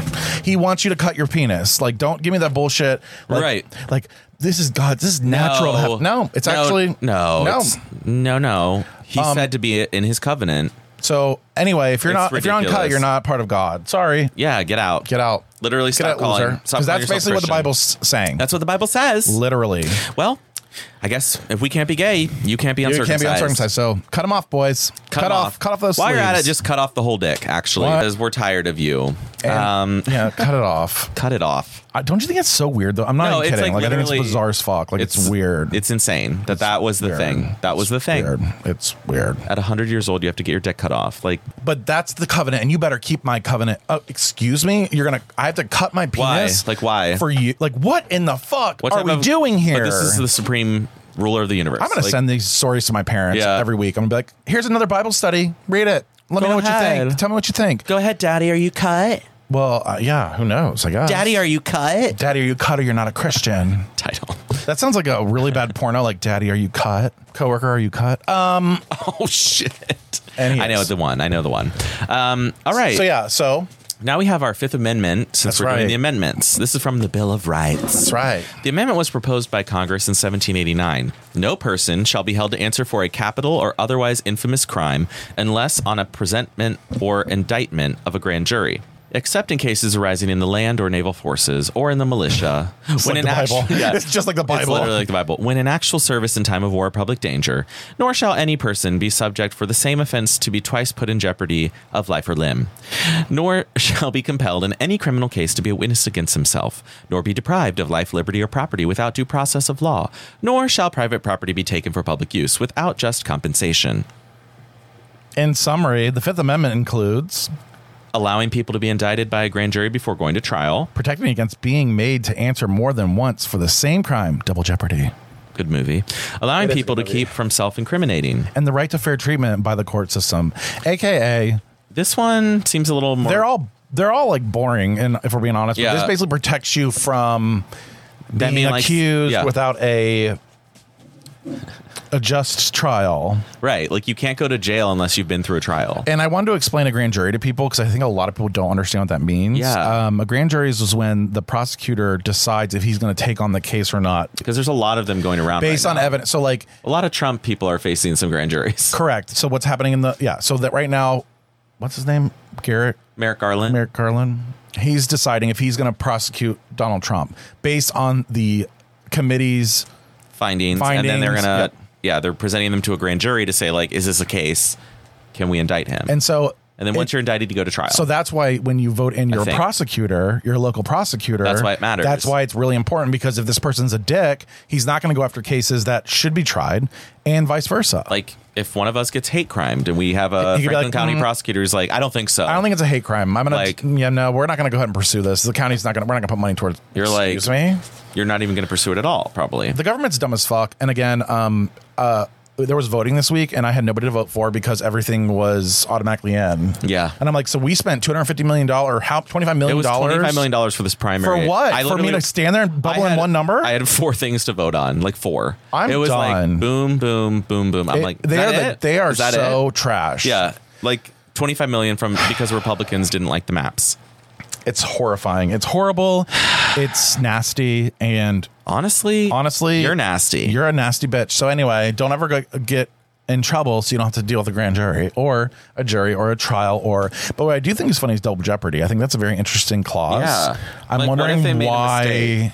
S2: He wants you to cut your penis. Like, don't give me that bullshit. Like,
S1: Right.
S2: Like this is God. This is natural. No. no it's
S1: No,
S2: actually
S1: no,
S2: no.
S1: it's- no, no. He
S2: Um,
S1: said to be in his covenant.
S2: So anyway, if you're
S1: It's
S2: not if you're uncut,
S1: ridiculous.
S2: you're not part of God. Sorry.
S1: Yeah, get out.
S2: Get out.
S1: Literally,
S2: Get
S1: stop
S2: out,
S1: calling.
S2: loser.
S1: Stop calling
S2: Because that's
S1: yourself
S2: basically what the
S1: Christian.
S2: Bible's saying.
S1: That's what the Bible says.
S2: literally.
S1: Well, I guess if we can't be gay, you can't be
S2: You
S1: uncircumcised.
S2: can't be uncircumcised. So cut them off, boys. Cut,
S1: 'em
S2: off. Cut off those.
S1: While you're at it,
S2: sleeves.
S1: just cut off the whole dick. Actually,
S2: What?
S1: because we're tired of you.
S2: And-
S1: um,
S2: yeah, cut it off.
S1: cut it off.
S2: I, don't you think it's so weird though? I'm not
S1: No,
S2: even
S1: it's
S2: kidding.
S1: like
S2: Like, I think it's
S1: literally-
S2: bizarre as fuck. Like it's, weird.
S1: It's insane that that was the
S2: weird.
S1: thing. That was the thing.
S2: weird. It's weird.
S1: At 100 years old, you have to get your dick cut off. Like,
S2: But that's the covenant, and you better keep my covenant. Oh, excuse me, you're gonna. I have to cut my
S1: Why?
S2: penis.
S1: Like, why?
S2: for you? Like what in the fuck
S1: what
S2: are
S1: type
S2: we
S1: of-
S2: doing
S1: like,
S2: here?
S1: this is the supreme ruler of the universe.
S2: I'm gonna
S1: Like,
S2: send these stories to my parents
S1: Yeah.
S2: every week. I'm gonna be like, here's another Bible study. Read it. Let me
S1: Go
S2: know what you think.
S1: ahead.
S2: Tell me what you think.
S1: Go ahead, Daddy. Are you cut?
S2: Well, uh, yeah. Who knows? I guess.
S3: Daddy, are you cut?
S2: Daddy, are you cut or you're not a Christian?
S1: Title.
S2: That sounds like a really bad porno. Like, Daddy, are you cut? Coworker, are you cut? Um,
S1: Oh shit!
S2: And he
S1: I know
S2: is.
S1: the one. I know the one. Um, all right.
S2: So yeah, so
S1: Now we have our Fifth Amendment. Since
S2: That's
S1: we're
S2: right.
S1: doing the amendments, this is from the Bill of Rights.
S2: that's right.
S1: The amendment was proposed by Congress in 1789. No person shall be held to answer for a capital or otherwise infamous crime unless on a presentment or indictment of a grand jury. Except in cases arising in the land or naval forces or in the militia, when
S2: like
S1: in
S2: the
S1: act-
S2: Bible. It's just like the
S1: It's
S2: Bible.
S1: literally like the Bible. When in actual service in time of war or public danger, nor shall any person be subject for the same offense to be twice put in jeopardy of life or limb, nor shall be compelled in any criminal case to be a witness against himself, nor be deprived of life, liberty, or property without due process of law, nor shall private property be taken for public use without just compensation.
S2: In summary, the Fifth Amendment includes
S1: Allowing people to be indicted by a grand jury before going to trial,
S2: protecting against being made to answer more than once for the same crime, double jeopardy.
S1: Good movie. Allowing
S11: It is a
S1: people to
S11: good movie.
S1: keep from self incriminating.
S2: and the right to fair treatment by the court system, aka
S1: this one seems a little more.
S2: They're all they're all like boring, and if we're being honest, but
S1: Yeah.
S2: this basically protects you from
S1: That
S2: being
S1: mean, like,
S2: accused
S1: yeah.
S2: without a a just trial.
S1: Right. Like you can't go to jail unless you've been through a trial.
S2: And I wanted to explain a grand jury to people because I think a lot of people don't understand what that means.
S1: Yeah.
S2: Um, a grand jury is just when the prosecutor decides if he's going to take on the case or not
S1: Because there's a lot of them going around.
S2: based
S1: right
S2: on
S1: now.
S2: evidence. So, like,
S1: A lot of Trump people are facing some grand juries.
S2: correct. So, what's happening in the, yeah. So, that right now, what's his name? Garrett?
S1: Merrick Garland.
S2: Merrick Garland. He's deciding if he's going to prosecute Donald Trump based on the committee's
S1: findings, and then they're
S2: Findings,
S1: gonna
S2: yep.
S1: yeah they're presenting them to a grand jury to say like is this a case can we indict him and,
S2: and so
S1: then once
S2: it-
S1: you're indicted you go to trial
S2: so that's why when you vote in your
S1: think.
S2: prosecutor, your local prosecutor,
S1: That's why it matters.
S2: That's why it's really important because if this person's a dick, he's not going to go after cases that should be tried, and vice versa.
S1: like if one of us gets hate crimed and we have a
S2: You could be
S1: Franklin
S2: like,
S1: County
S2: mm.
S1: prosecutor who's like I don't think so
S2: I don't think it's a hate crime. I'm gonna,
S1: Like-
S2: yeah, no, we're not gonna go ahead and pursue this. The county's not gonna, we're not gonna put money towards.
S1: You're like-
S2: excuse me.
S1: you're not even gonna pursue it at all probably
S2: The government's dumb as fuck. And again, um, uh, there was voting this week, and I had nobody to vote for because everything was automatically in.
S1: yeah
S2: And I'm like, so we spent 250 million dollar, how 25
S1: it
S2: million
S1: was
S2: dollars
S1: twenty five million dollars for this primary
S2: for what?
S1: I
S2: for me
S1: literally-
S2: to stand there and bubble
S1: I
S2: in
S1: had-
S2: one number?
S1: I had four things to vote on like four
S2: I'm
S1: it was
S2: done.
S1: like boom boom boom boom I'm
S2: It-
S1: like
S2: they
S1: "Is
S2: are
S1: that
S2: the-
S1: it?
S2: they are
S1: Is that
S2: so
S1: it?"
S2: trash.
S1: yeah like twenty five million from because Republicans didn't like the maps
S2: it's horrifying. It's horrible. it's nasty and
S1: honestly
S2: honestly,
S1: you're nasty
S2: You're a nasty bitch. So anyway, don't ever go, get in trouble so you don't have to deal with a grand jury or a jury or a trial or but what I do think is funny is double jeopardy. I think that's a very interesting clause.
S1: Yeah.
S2: I'm
S1: Like, what if they
S2: wondering
S1: made a
S2: why
S1: mistake?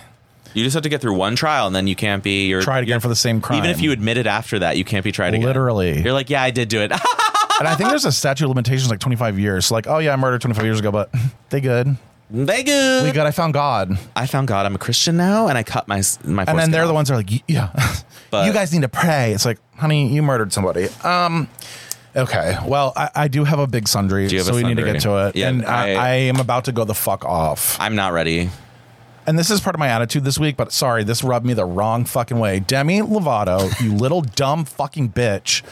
S1: You just have to get through one trial, and then you can't be your
S2: tried again for the same crime.
S1: Even if you admit it after that, you can't be tried again.
S2: Literally.
S1: you're like, yeah, I did do it.
S2: and I think there's a statute of limitations like 25 years. So like, oh yeah, I murdered 25 years ago, but they good.
S1: they
S2: They
S1: good.
S2: good. I found God.
S1: I found God. I'm a Christian now, and I cut my my.
S2: and then
S1: foreskin
S2: they're the
S1: off.
S2: ones that are like, yeah,
S1: But-
S2: you guys need to pray. It's like, honey, you murdered somebody. Um, okay. Well, I, I do have a big sundry,
S1: Do you have
S2: so
S1: a
S2: we need to
S1: sundry?
S2: get to it.
S1: Yeah,
S2: and I, I,
S1: I-
S2: am about to go the fuck off.
S1: I'm not ready.
S2: And this is part of my attitude this week, but sorry, this rubbed me the wrong fucking way. Demi Lovato, you little dumb fucking bitch.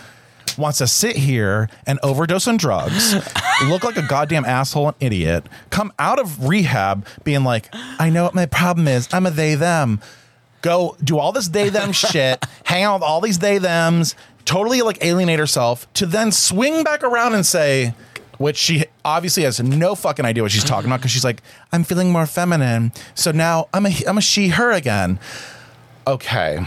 S2: Wants to sit here and overdose on drugs, look like a goddamn asshole and idiot, come out of rehab being like, I know what my problem is. I'm a they them go do all this they them shit, hang out with all these they thems, totally like alienate herself to then swing back around and say, which she obviously has no fucking idea what she's talking about because she's like, I'm feeling more feminine, so now I'm a I'm a she her again. Okay.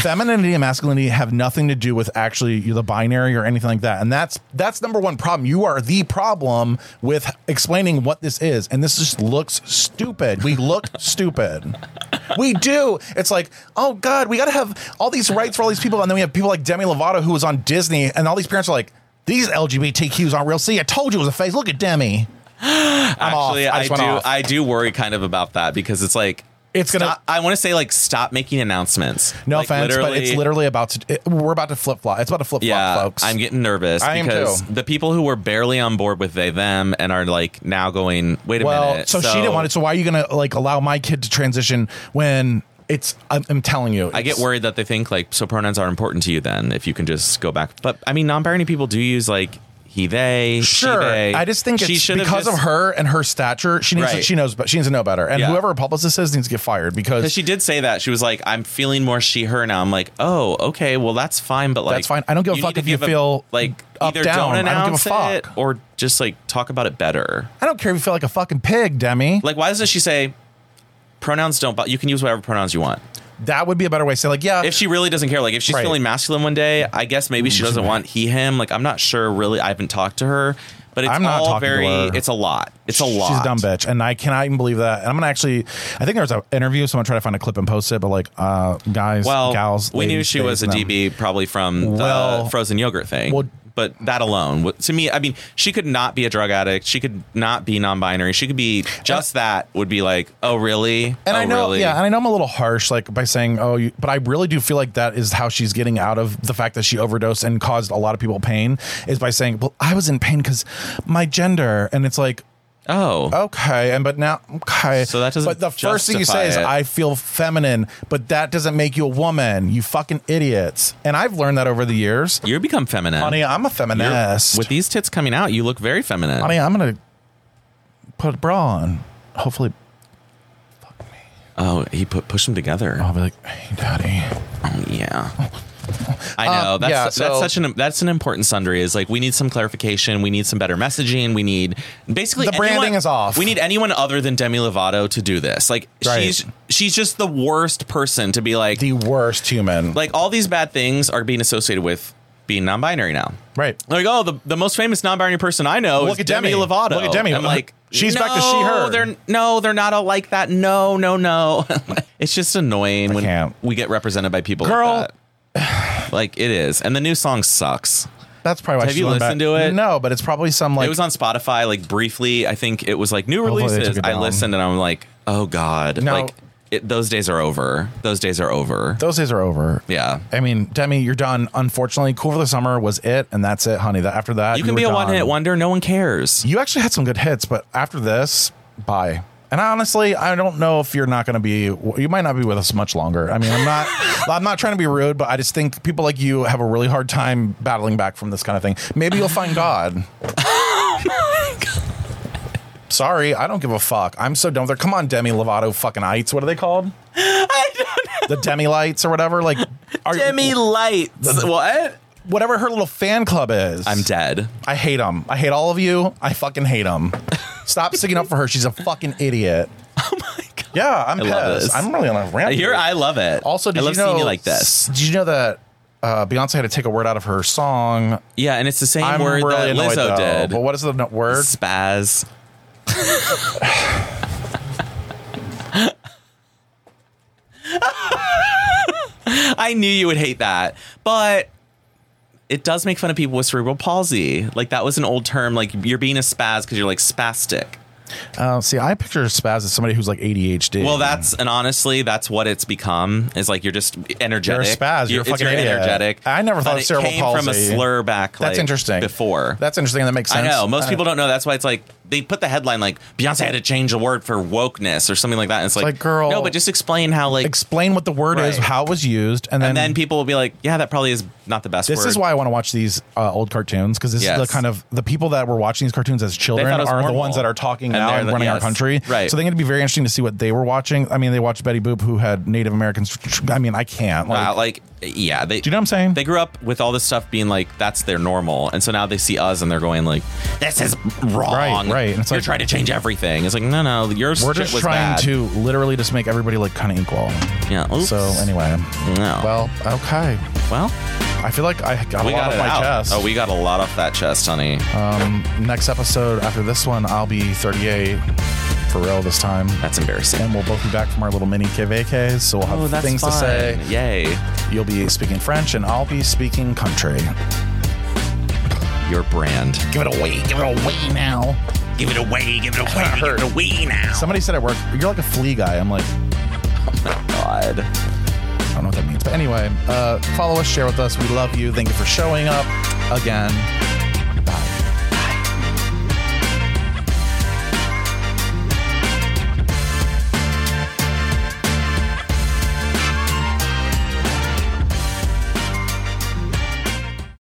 S2: Femininity and masculinity have nothing to do with actually the binary or anything like that. And that's that's number one problem. You are the problem with explaining what this is. And this just looks stupid. We look stupid. We do. It's like, oh God, we gotta have all these rights for all these people. And then we have people like Demi Lovato who was on Disney, and all these parents are like, these LGBTQs aren't real. See, I told you it was a face. Look at Demi. I'm off.
S1: Actually,
S2: I
S1: I,
S2: just
S1: do.
S2: went off.
S1: I do worry kind of about that because it's like
S2: It's gonna-
S1: stop- I want to say like stop making announcements.
S2: No
S1: Like,
S2: offense, but it's literally about to. It, we're about to flip flop. It's about to flip flop,
S1: Yeah,
S2: folks.
S1: I'm getting nervous
S2: I am
S1: because
S2: too.
S1: the people who were barely on board with they them and are like now going, wait a
S2: well,
S1: minute.
S2: so, she didn't want it. So why are you gonna like allow my kid to transition when it's? I'm, I'm telling you,
S1: I get
S2: it's-
S1: worried that they think like so pronouns are important to you then if you can just go back. But I mean, non-binary people do use like he they she,
S2: Sure,
S1: they.
S2: I just think
S1: She
S2: it's
S1: should have
S2: because of
S1: just-
S2: her and her stature. She needs to,
S1: Right.
S2: she knows, but she needs to know better. And
S1: Yeah.
S2: whoever her publicist is needs to get fired because
S1: 'Cause she did say that she was like, "I'm feeling more she her now." I'm like, "Oh, okay, well that's fine, but like
S2: That's fine. I don't give a
S1: you
S2: fuck
S1: need
S2: if
S1: to
S2: you
S1: give a-
S2: feel
S1: like
S2: up,
S1: either
S2: down.
S1: don't
S2: I don't give a
S1: announce it
S2: fuck.
S1: or just like talk about it better."
S2: I don't care if you feel like a fucking pig, Demi.
S1: Like, why doesn't she say pronouns don't? But you can use whatever pronouns you want.
S2: that would be a better way. to Say like, yeah,
S1: if she really doesn't care, like if she's
S2: Right.
S1: feeling masculine one day, I guess maybe she doesn't want he him. Like I'm not sure really. I haven't talked to her, but it's
S2: I'm not
S1: all
S2: talking to
S1: very.
S2: her.
S1: It's a lot. It's a lot.
S2: She's a dumb bitch, and I cannot even believe that. And I'm gonna actually, I think there was an interview. So I'm gonna try to find a clip and post it. But like, uh, guys,
S1: Well,
S2: gals,
S1: we knew
S2: ladies,
S1: she was a
S2: babes, them.
S1: DB probably from the
S2: Well-
S1: frozen yogurt thing.
S2: Well-
S1: but that alone, would- to me, I mean, she could not be a drug addict. She could not be non-binary. She could be just that. Would be like, oh really?
S2: And
S1: oh,
S2: I know,
S1: really?
S2: yeah, and I know I'm a little harsh, like by saying, "Oh," you, but I really do feel like that is how she's getting out of the fact that she overdosed and caused a lot of people pain is by saying, "Well, I was in pain because my gender," and it's like,
S1: Oh.
S2: Okay, and but now okay.
S1: So that doesn't
S2: But the first thing you
S1: justify
S2: say is,
S1: it.
S2: "I feel feminine," but that doesn't make you a woman. You fucking idiots. And I've learned that over the years,
S1: You become feminine.
S2: honey. I'm a
S1: You're-
S2: feminist.
S1: With these tits coming out, you look very feminine.
S2: honey, I'm gonna put a bra on. Hopefully,
S1: Oh, he put push them together.
S2: I'll be like, "Hey, daddy."
S1: Oh, yeah. I know
S2: Um,
S1: that's
S2: yeah,
S1: that's
S2: so-
S1: such an that's an important sundry is like we need some clarification, we need some better messaging, we need basically
S2: The branding
S1: anyone-
S2: is off.
S1: We need anyone other than Demi Lovato to do this. Like
S2: Right.
S1: she's she's just the worst person to be like
S2: The worst human.
S1: like all these bad things are being associated with being non-binary now.
S2: right.
S1: Like oh the, the most famous non-binary person I know
S2: Look
S1: is
S2: at
S1: Demi,
S2: Demi.
S1: Lovato.
S2: Look at Demi.
S1: I'm like
S2: She's
S1: no,
S2: back to she, her.
S1: They're no, they're not all like that. No, no, no. it's just annoying when
S2: can't.
S1: we get represented by people
S2: Girl.
S1: like that. Like it is, and the new song sucks.
S2: That's probably why
S1: Have
S2: she
S1: you
S2: went
S1: listened
S2: back-
S1: to it?
S2: No, but it's probably some like
S1: it was on Spotify, like briefly. I think it was like new
S2: Hopefully they
S1: releases.
S2: took it
S1: I
S2: down.
S1: listened and I'm like, oh god,
S2: No.
S1: like it, those days are over. Those days are over.
S2: those days are over.
S1: yeah,
S2: I mean, Demi, you're done. Unfortunately, Cool for the Summer was it, and that's it, honey. That after that,
S1: you can
S2: were
S1: be a
S2: done.
S1: one hit wonder. No one cares.
S2: You actually had some good hits, but after this, bye. And I honestly, I don't know if you're not going to be. You might not be with us much longer. I mean, I'm not. I'm not trying to be rude, but I just think people like you have a really hard time battling back from this kind of thing. Maybe you'll find God. Oh Sorry, I don't give a fuck. I'm so done with her. Come on, Demi Lovato, fucking ites. What are they called? The Demi lights or whatever. Like, are,
S1: Demi lights. What?
S2: whatever her little fan club is.
S1: I'm dead.
S2: I hate them. I hate all of you. I fucking hate them. Stop sticking up for her. She's a fucking idiot. Oh my god. Yeah, I'm
S1: I love
S2: pissed.
S1: this.
S2: I'm really on a rant.
S1: Here, I love it.
S2: also did
S1: I love
S2: you know,
S1: seeing you like this.
S2: Did you know that uh, Beyonce had to take a word out of her song?
S1: Yeah, and it's the same
S2: I'm
S1: word
S2: really
S1: that
S2: annoyed
S1: Lizzo
S2: though.
S1: did.
S2: But what is the no- word?
S1: Spaz. I knew you would hate that, but it does make fun of people with cerebral palsy. Like that was an old term. Like you're being a spaz because you're like spastic.
S2: Uh, see, I picture spaz as somebody who's like ADHD.
S1: Well, that's and honestly, that's what it's become. Is like you're just energetic.
S2: You're a spaz. You're a
S1: it's-
S2: fucking idiot.
S1: energetic.
S2: I never
S1: But
S2: thought of
S1: it
S2: cerebral
S1: came from a
S2: palsy.
S1: slur back.
S2: that's
S1: like,
S2: interesting.
S1: Before
S2: that's interesting. That makes
S1: I
S2: sense.
S1: know. Most
S2: Uh,
S1: people don't know. That's why it's like they put the headline like Beyonce had to change a word for wokeness or something like that. And it's like,
S2: like, girl-
S1: no, but just explain how like,
S2: explain what the word is,
S1: Right.
S2: how it was used, and then
S1: and then people will be like, yeah, that probably is not the best.
S2: This
S1: word.
S2: is why I want to watch these uh, old cartoons because this
S1: Yes.
S2: is the kind of the people that were watching these cartoons as children
S1: They thought it
S2: are
S1: was
S2: the
S1: normal.
S2: ones that are talking
S1: And
S2: now
S1: they're
S2: and
S1: the-
S2: running our
S1: yes.
S2: country.
S1: Right.
S2: So they're going to be very interesting to see what they were watching. I mean, they watched Betty Boop, who had Native Americans. I mean, I can't. Like,
S1: Wow, like yeah, they.
S2: do you know what I'm saying?
S1: They grew up with all this stuff being like that's their normal, and so now they see us and they're going like, "This is wrong.
S2: Right, right. And it's
S1: You're
S2: like-
S1: trying to change everything." It's like, no, no, your
S2: we're
S1: shit
S2: just
S1: was
S2: trying
S1: bad.
S2: to literally just make everybody look kind of equal.
S1: Yeah. Oops.
S2: So anyway,
S1: no. Well,
S2: well, okay. I feel like I got
S1: we
S2: a lot
S1: got
S2: off
S1: it
S2: my
S1: out.
S2: chest. Uh,
S1: Oh, we got a lot off that chest, honey.
S2: Next episode after this one, I'll be 38 for real this time.
S1: that's embarrassing.
S2: And we'll both be back from our little mini KVKs, so we'll have
S1: oh, that's
S2: things to
S1: fun.
S2: say.
S1: Yay.
S2: You'll be speaking French and I'll be speaking country.
S1: Your brand.
S2: Give it away. Give it away now.
S8: Give it away, give it away, give
S2: hurt.
S8: it away now.
S2: Somebody said at work, you're like a flea guy. I'm like,
S1: God.
S2: I don't know what that means. But anyway, uh, follow us, share with us. We love you. Thank you for showing up again.